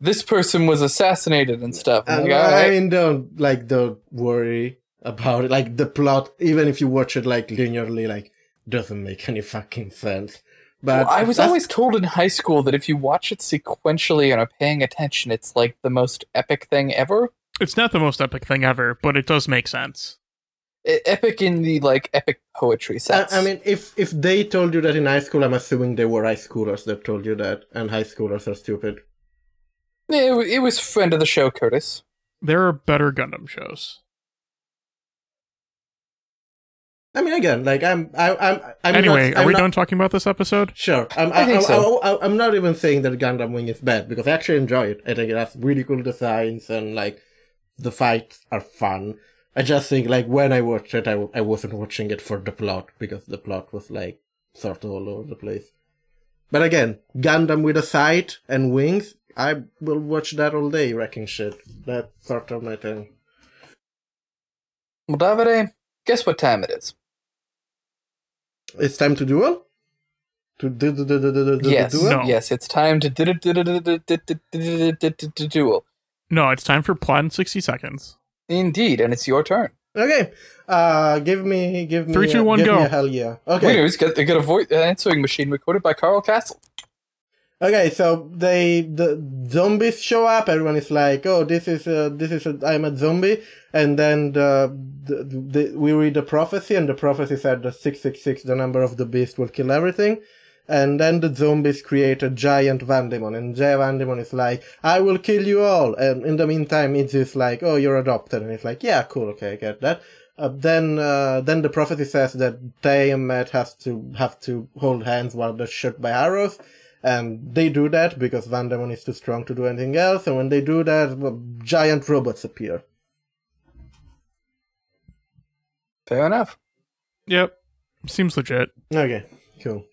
[SPEAKER 1] this person was assassinated and stuff. I'm
[SPEAKER 5] And
[SPEAKER 1] like, all
[SPEAKER 5] I
[SPEAKER 1] right.
[SPEAKER 5] mean, don't like don't worry about it. Like the plot, even if you watch it like linearly, like doesn't make any fucking sense. But
[SPEAKER 1] Well, I was
[SPEAKER 5] that's-
[SPEAKER 1] always told in high school that if you watch it sequentially and are paying attention, it's like the most epic thing ever.
[SPEAKER 4] It's not the most epic thing ever, but it does make sense.
[SPEAKER 1] E- epic in the like epic poetry
[SPEAKER 5] I,
[SPEAKER 1] sense.
[SPEAKER 5] I mean, if if they told you that in high school, I'm assuming they were high schoolers that told you that, and high schoolers are stupid.
[SPEAKER 1] Yeah, it, wa- it was friend of the show, Curtis.
[SPEAKER 4] There are better Gundam shows.
[SPEAKER 5] I mean, again, like I'm, I, I'm, I'm
[SPEAKER 4] anyway,
[SPEAKER 5] not,
[SPEAKER 4] are
[SPEAKER 5] I'm
[SPEAKER 4] we
[SPEAKER 5] not,
[SPEAKER 4] done talking about this episode?
[SPEAKER 5] Sure, I'm,
[SPEAKER 1] I
[SPEAKER 5] I
[SPEAKER 1] think
[SPEAKER 5] I,
[SPEAKER 1] so.
[SPEAKER 5] I, I, am not even saying that Gundam Wing is bad because I actually enjoy it. I think it has really cool designs and like the fights are fun. I just think like when I watched it, I, w- I wasn't watching it for the plot because the plot was like sort of all over the place. But again, Gundam with a sight and wings, I will watch that all day, wrecking shit. That's sort of my thing.
[SPEAKER 1] Well, Davide, guess what time it is?
[SPEAKER 5] It's time to duel. To do do do do do do
[SPEAKER 1] yes,
[SPEAKER 5] duel.
[SPEAKER 4] No.
[SPEAKER 1] yes, it's time to du- du- du- du- du- du- du- du- du- du- du- du- duel.
[SPEAKER 4] No, it's time for plot in 60 seconds.
[SPEAKER 1] Indeed, and it's your turn.
[SPEAKER 5] Okay. Uh, give me, give me,
[SPEAKER 4] Three, two,
[SPEAKER 5] a-
[SPEAKER 4] one,
[SPEAKER 5] give
[SPEAKER 4] go.
[SPEAKER 5] Me a hell yeah.
[SPEAKER 1] Okay.
[SPEAKER 5] Okay.
[SPEAKER 1] Winners got they got a voice an answering machine recorded by Carl Castle.
[SPEAKER 5] Okay. So they the zombies show up. Everyone is like, "Oh, this is a, this is a, I'm a zombie." And then the, the, the we read the prophecy, and the prophecy said the six six six, the number of the beast, will kill everything. And then the zombies create a giant Vandemon, and Jay Vandemon is like, I will kill you all. And in the meantime, it's just like, oh, you're adopted. And it's like, yeah, cool, okay, I get that. Uh, then, uh, then the prophecy says that they and Matt has to, have to hold hands while they're shot by arrows. And Um, they do that because Vandemon is too strong to do anything else. And when they do that, well, giant robots appear.
[SPEAKER 1] Fair enough.
[SPEAKER 4] Yep. Seems legit.
[SPEAKER 5] Okay, cool.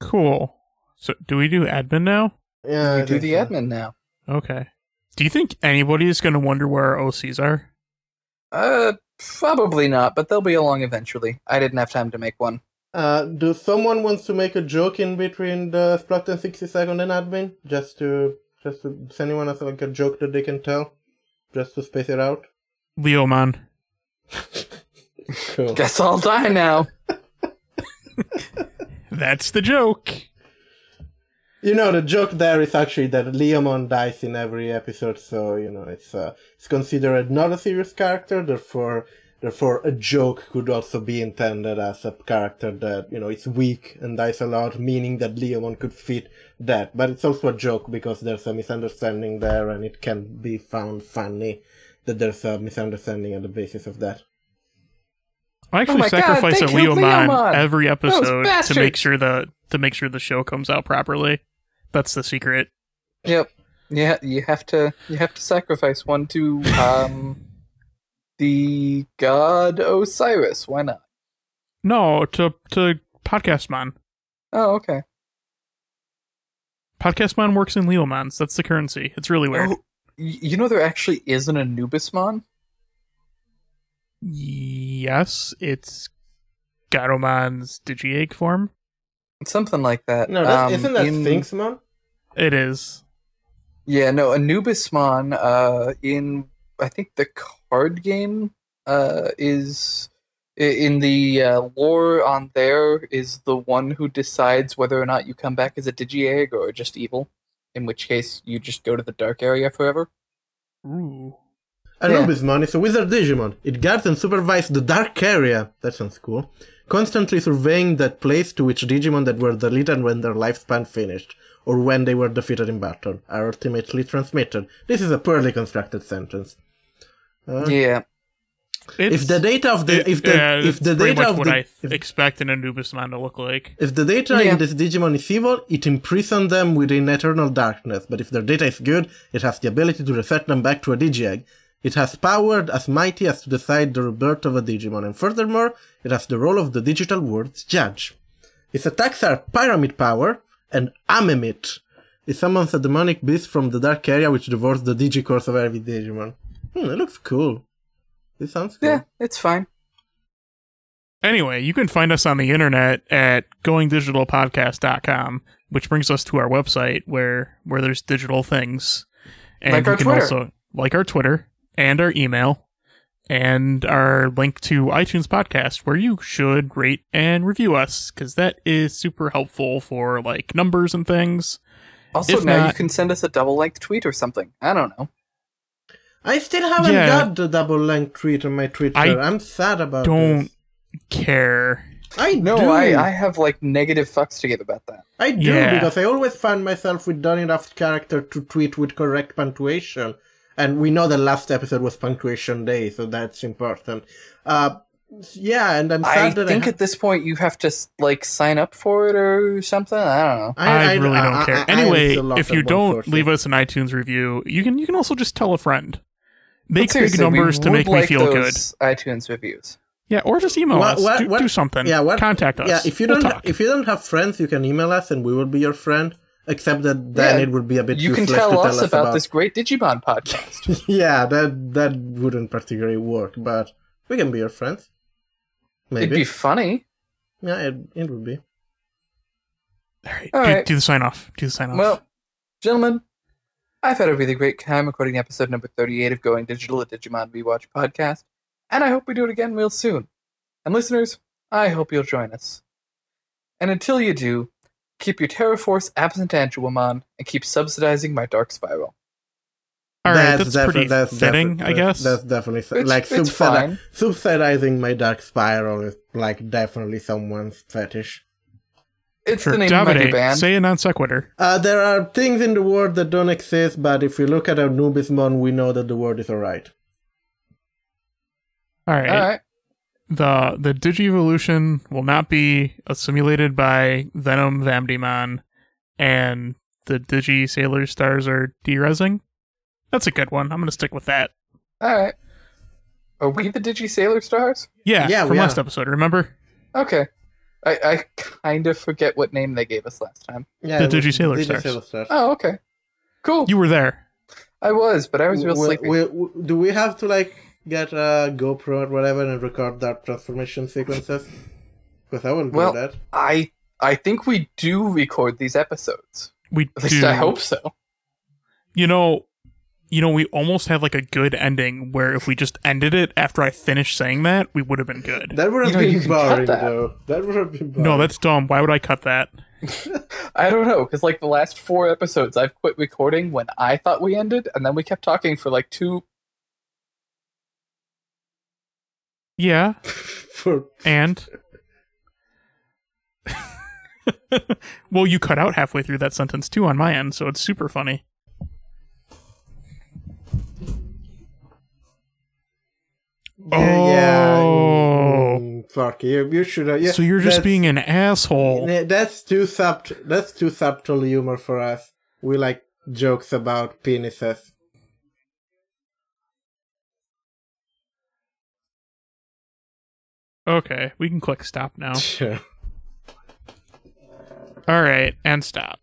[SPEAKER 4] Cool. So, do we do admin now?
[SPEAKER 5] Yeah, I
[SPEAKER 1] You do
[SPEAKER 5] think
[SPEAKER 1] the
[SPEAKER 5] so.
[SPEAKER 1] admin now.
[SPEAKER 4] Okay. Do you think anybody is going to wonder where our OCs are?
[SPEAKER 1] Uh, probably not, but they'll be along eventually. I didn't have time to make one.
[SPEAKER 5] Uh, do someone wants to make a joke in between the Splatoon 60 second and admin? Just to, just to, does anyone has like a joke that they can tell? Just to space it out?
[SPEAKER 4] Leo man.
[SPEAKER 5] Cool.
[SPEAKER 1] Guess I'll die now.
[SPEAKER 4] That's the joke.
[SPEAKER 5] you know, the joke there is actually that Leomon dies in every episode, so, you know, it's, uh, it's considered not a serious character, therefore, therefore a joke could also be intended as a character that, you know, is weak and dies a lot, meaning that Leomon could fit that. But it's also a joke because there's a misunderstanding there and it can be found funny that there's a misunderstanding at the basis of that.
[SPEAKER 4] I
[SPEAKER 1] Oh
[SPEAKER 4] actually
[SPEAKER 1] my God,
[SPEAKER 4] sacrifice
[SPEAKER 1] they
[SPEAKER 4] a
[SPEAKER 1] killed
[SPEAKER 4] Leo man
[SPEAKER 1] Leomon!
[SPEAKER 4] every episode to
[SPEAKER 1] bastards!
[SPEAKER 4] make sure the to make sure the show comes out properly. That's the secret.
[SPEAKER 1] Yep. Yeah, you have to you have to sacrifice one to um the god Osiris. Why not?
[SPEAKER 4] No, to to podcast man.
[SPEAKER 1] Oh, okay.
[SPEAKER 4] Podcast man works in Leo mans. That's the currency. It's really weird.
[SPEAKER 1] Oh, y- you know there actually is an Anubismon.
[SPEAKER 4] Yes, it's Garoman's digiegg form.
[SPEAKER 1] something like that.
[SPEAKER 5] No, that's,
[SPEAKER 1] Um,
[SPEAKER 5] isn't that
[SPEAKER 1] in-
[SPEAKER 5] Sphinxmon?
[SPEAKER 4] It is.
[SPEAKER 1] Yeah, no, Anubismon uh in I think the card game uh is i- in the uh, lore on there is the one who decides whether or not you come back as a digiegg or just evil, in which case you just go to the dark area forever.
[SPEAKER 4] Ooh.
[SPEAKER 5] Anubismon is a wizard Digimon. It guards and supervises the dark area. That sounds cool. Constantly surveying that place to which Digimon that were deleted when their lifespan finished, or when they were defeated in battle, are ultimately transmitted. This is a poorly constructed sentence. Uh,
[SPEAKER 1] Yeah.
[SPEAKER 4] It's-
[SPEAKER 5] if the data of the
[SPEAKER 4] it-
[SPEAKER 5] if the
[SPEAKER 4] yeah,
[SPEAKER 5] if
[SPEAKER 4] that's
[SPEAKER 5] the
[SPEAKER 4] pretty
[SPEAKER 5] data
[SPEAKER 4] much
[SPEAKER 5] of
[SPEAKER 4] what
[SPEAKER 5] the
[SPEAKER 4] I
[SPEAKER 5] if,
[SPEAKER 4] expect an Anubis-non to look like.
[SPEAKER 5] if the data
[SPEAKER 1] Yeah.
[SPEAKER 5] in this Digimon is evil, it imprisons them within eternal darkness. But if their data is good, it has the ability to reset them back to a Digiegg. It has power as mighty as to decide the rebirth of a Digimon, and furthermore, it has the role of the digital world's judge. Its attacks are Pyramid Power and Amemit. It summons a demonic beast from the dark area which devours the Digicores of every Digimon. Hmm, it looks cool. It sounds cool.
[SPEAKER 1] Yeah, it's fine.
[SPEAKER 4] Anyway, you can find us on the internet at goingdigitalpodcast.com, which brings us to our website where where there's digital things. And
[SPEAKER 1] Like
[SPEAKER 4] you
[SPEAKER 1] our
[SPEAKER 4] can
[SPEAKER 1] Twitter.
[SPEAKER 4] also like our Twitter and our email and our link to iTunes podcast where you should rate and review us cuz that is super helpful for like numbers and things.
[SPEAKER 1] Also,
[SPEAKER 4] If
[SPEAKER 1] now you
[SPEAKER 4] not-
[SPEAKER 1] can send us a double length tweet or something. I don't know.
[SPEAKER 5] I still haven't
[SPEAKER 4] Yeah.
[SPEAKER 5] got the double length tweet on my Twitter.
[SPEAKER 4] I
[SPEAKER 5] I'm sad about
[SPEAKER 4] Don't
[SPEAKER 5] this.
[SPEAKER 4] care.
[SPEAKER 5] I
[SPEAKER 1] No,
[SPEAKER 5] do.
[SPEAKER 1] I, I have like negative fucks to give about that.
[SPEAKER 5] I do
[SPEAKER 4] Yeah.
[SPEAKER 5] because I always find myself with not enough character to tweet with correct punctuation. And we know the last episode was punctuation day, so that's important. Uh, yeah, and I'm
[SPEAKER 1] I
[SPEAKER 5] sad that
[SPEAKER 1] think
[SPEAKER 5] I, ha-
[SPEAKER 1] at this point you have to s- like sign up for it or something. I don't know.
[SPEAKER 4] I, really don't
[SPEAKER 5] I-
[SPEAKER 4] care.
[SPEAKER 5] I- I am
[SPEAKER 4] anyway,
[SPEAKER 5] still locked
[SPEAKER 4] if
[SPEAKER 5] at
[SPEAKER 4] you don't
[SPEAKER 5] 140.
[SPEAKER 4] leave us an iTunes review, you can you can also just tell a friend.
[SPEAKER 1] But
[SPEAKER 4] Make big
[SPEAKER 1] seriously, we
[SPEAKER 4] numbers to
[SPEAKER 1] would
[SPEAKER 4] make me
[SPEAKER 1] like
[SPEAKER 4] feel good.
[SPEAKER 1] those iTunes reviews.
[SPEAKER 4] Yeah, or just email
[SPEAKER 5] What-
[SPEAKER 4] us.
[SPEAKER 5] what-
[SPEAKER 4] do,
[SPEAKER 5] what-
[SPEAKER 4] do something.
[SPEAKER 5] yeah, what-
[SPEAKER 4] Contact us.
[SPEAKER 5] yeah, if you
[SPEAKER 4] We'll
[SPEAKER 5] don't,
[SPEAKER 4] talk.
[SPEAKER 5] if you don't have friends, you can email us, and we will be your friend. Except that then
[SPEAKER 1] Yeah,
[SPEAKER 5] it would be a bit
[SPEAKER 1] You can
[SPEAKER 5] useless
[SPEAKER 1] tell,
[SPEAKER 5] to tell
[SPEAKER 1] us about, this great Digimon podcast.
[SPEAKER 5] yeah, that that wouldn't particularly work, but we can be your friends. Maybe.
[SPEAKER 1] It'd be funny.
[SPEAKER 5] yeah, it, it would be.
[SPEAKER 4] All right,
[SPEAKER 1] All
[SPEAKER 4] do,
[SPEAKER 1] right.
[SPEAKER 4] do the sign off. Do the sign off.
[SPEAKER 1] Well, gentlemen, I've had a really great time recording episode number 38 of Going Digital, a Digimon Rewatch podcast, and I hope we do it again real soon. And listeners, I hope you'll join us. And until you do, keep your Terraforce absent Angelmon and keep subsidizing my Dark Spiral.
[SPEAKER 4] All right, that's,
[SPEAKER 5] defi-
[SPEAKER 4] pretty
[SPEAKER 5] that's
[SPEAKER 4] fitting,
[SPEAKER 5] defi-
[SPEAKER 4] I guess.
[SPEAKER 5] That's, that's definitely so-
[SPEAKER 1] It's-
[SPEAKER 5] like
[SPEAKER 1] it's
[SPEAKER 5] subsidi-
[SPEAKER 1] fine.
[SPEAKER 5] subsidizing my dark spiral is like definitely someone's fetish.
[SPEAKER 1] It's
[SPEAKER 4] sure.
[SPEAKER 1] the name of my new
[SPEAKER 4] Davide,
[SPEAKER 1] band.
[SPEAKER 4] say a non sequitur.
[SPEAKER 5] Uh, there are things in the world that don't exist, but if we look at Anubismon, we know that the world is alright.
[SPEAKER 4] All right.
[SPEAKER 1] All right.
[SPEAKER 4] The the Digivolution will not be uh, simulated by Venom Vamdemon, and the Digi Sailor Stars are derezzing. That's a good one. I'm gonna stick with that.
[SPEAKER 1] All right. Are we the Digi Sailor Stars?
[SPEAKER 4] Yeah,
[SPEAKER 5] Yeah,
[SPEAKER 4] from
[SPEAKER 5] we
[SPEAKER 4] last
[SPEAKER 5] are.
[SPEAKER 4] episode, remember?
[SPEAKER 1] Okay. I, I kind of forget what name they gave us last time.
[SPEAKER 5] Yeah,
[SPEAKER 4] The
[SPEAKER 5] it was-
[SPEAKER 4] Digi-Sailor
[SPEAKER 5] Digi-Sailor
[SPEAKER 4] Stars.
[SPEAKER 5] Stars.
[SPEAKER 1] Oh, okay. Cool.
[SPEAKER 4] You were there.
[SPEAKER 1] I was, but I was real
[SPEAKER 5] W-
[SPEAKER 1] sleepy.
[SPEAKER 5] w- w- do we have to like get a GoPro or whatever and record our transformation sequences? Because I will do
[SPEAKER 1] Well,
[SPEAKER 5] that.
[SPEAKER 1] I I think we do record these episodes.
[SPEAKER 4] We
[SPEAKER 1] At least
[SPEAKER 4] do.
[SPEAKER 1] I hope so.
[SPEAKER 4] you know you know we almost had like a good ending where if we just ended it after i finished saying that we would have been good
[SPEAKER 5] That would have
[SPEAKER 1] You know, you
[SPEAKER 5] been
[SPEAKER 1] can cut
[SPEAKER 5] boring,
[SPEAKER 1] that.
[SPEAKER 5] though. That would have been boring.
[SPEAKER 4] no that's dumb why would i cut that
[SPEAKER 1] I don't know because like the last four episodes, I've quit recording when I thought we ended, and then we kept talking for like two.
[SPEAKER 4] yeah
[SPEAKER 5] for
[SPEAKER 4] and well you cut out halfway through that sentence too on my end so it's super funny
[SPEAKER 5] Yeah, yeah.
[SPEAKER 4] Oh.
[SPEAKER 5] mm, Fuck you. You should. have- Yeah,
[SPEAKER 4] so you're just
[SPEAKER 5] that's-
[SPEAKER 4] being an asshole
[SPEAKER 5] yeah, That's too subtle. That's too subtle humor for us. We like jokes about penises.
[SPEAKER 4] okay we can click stop now
[SPEAKER 5] Sure.
[SPEAKER 4] all right and stop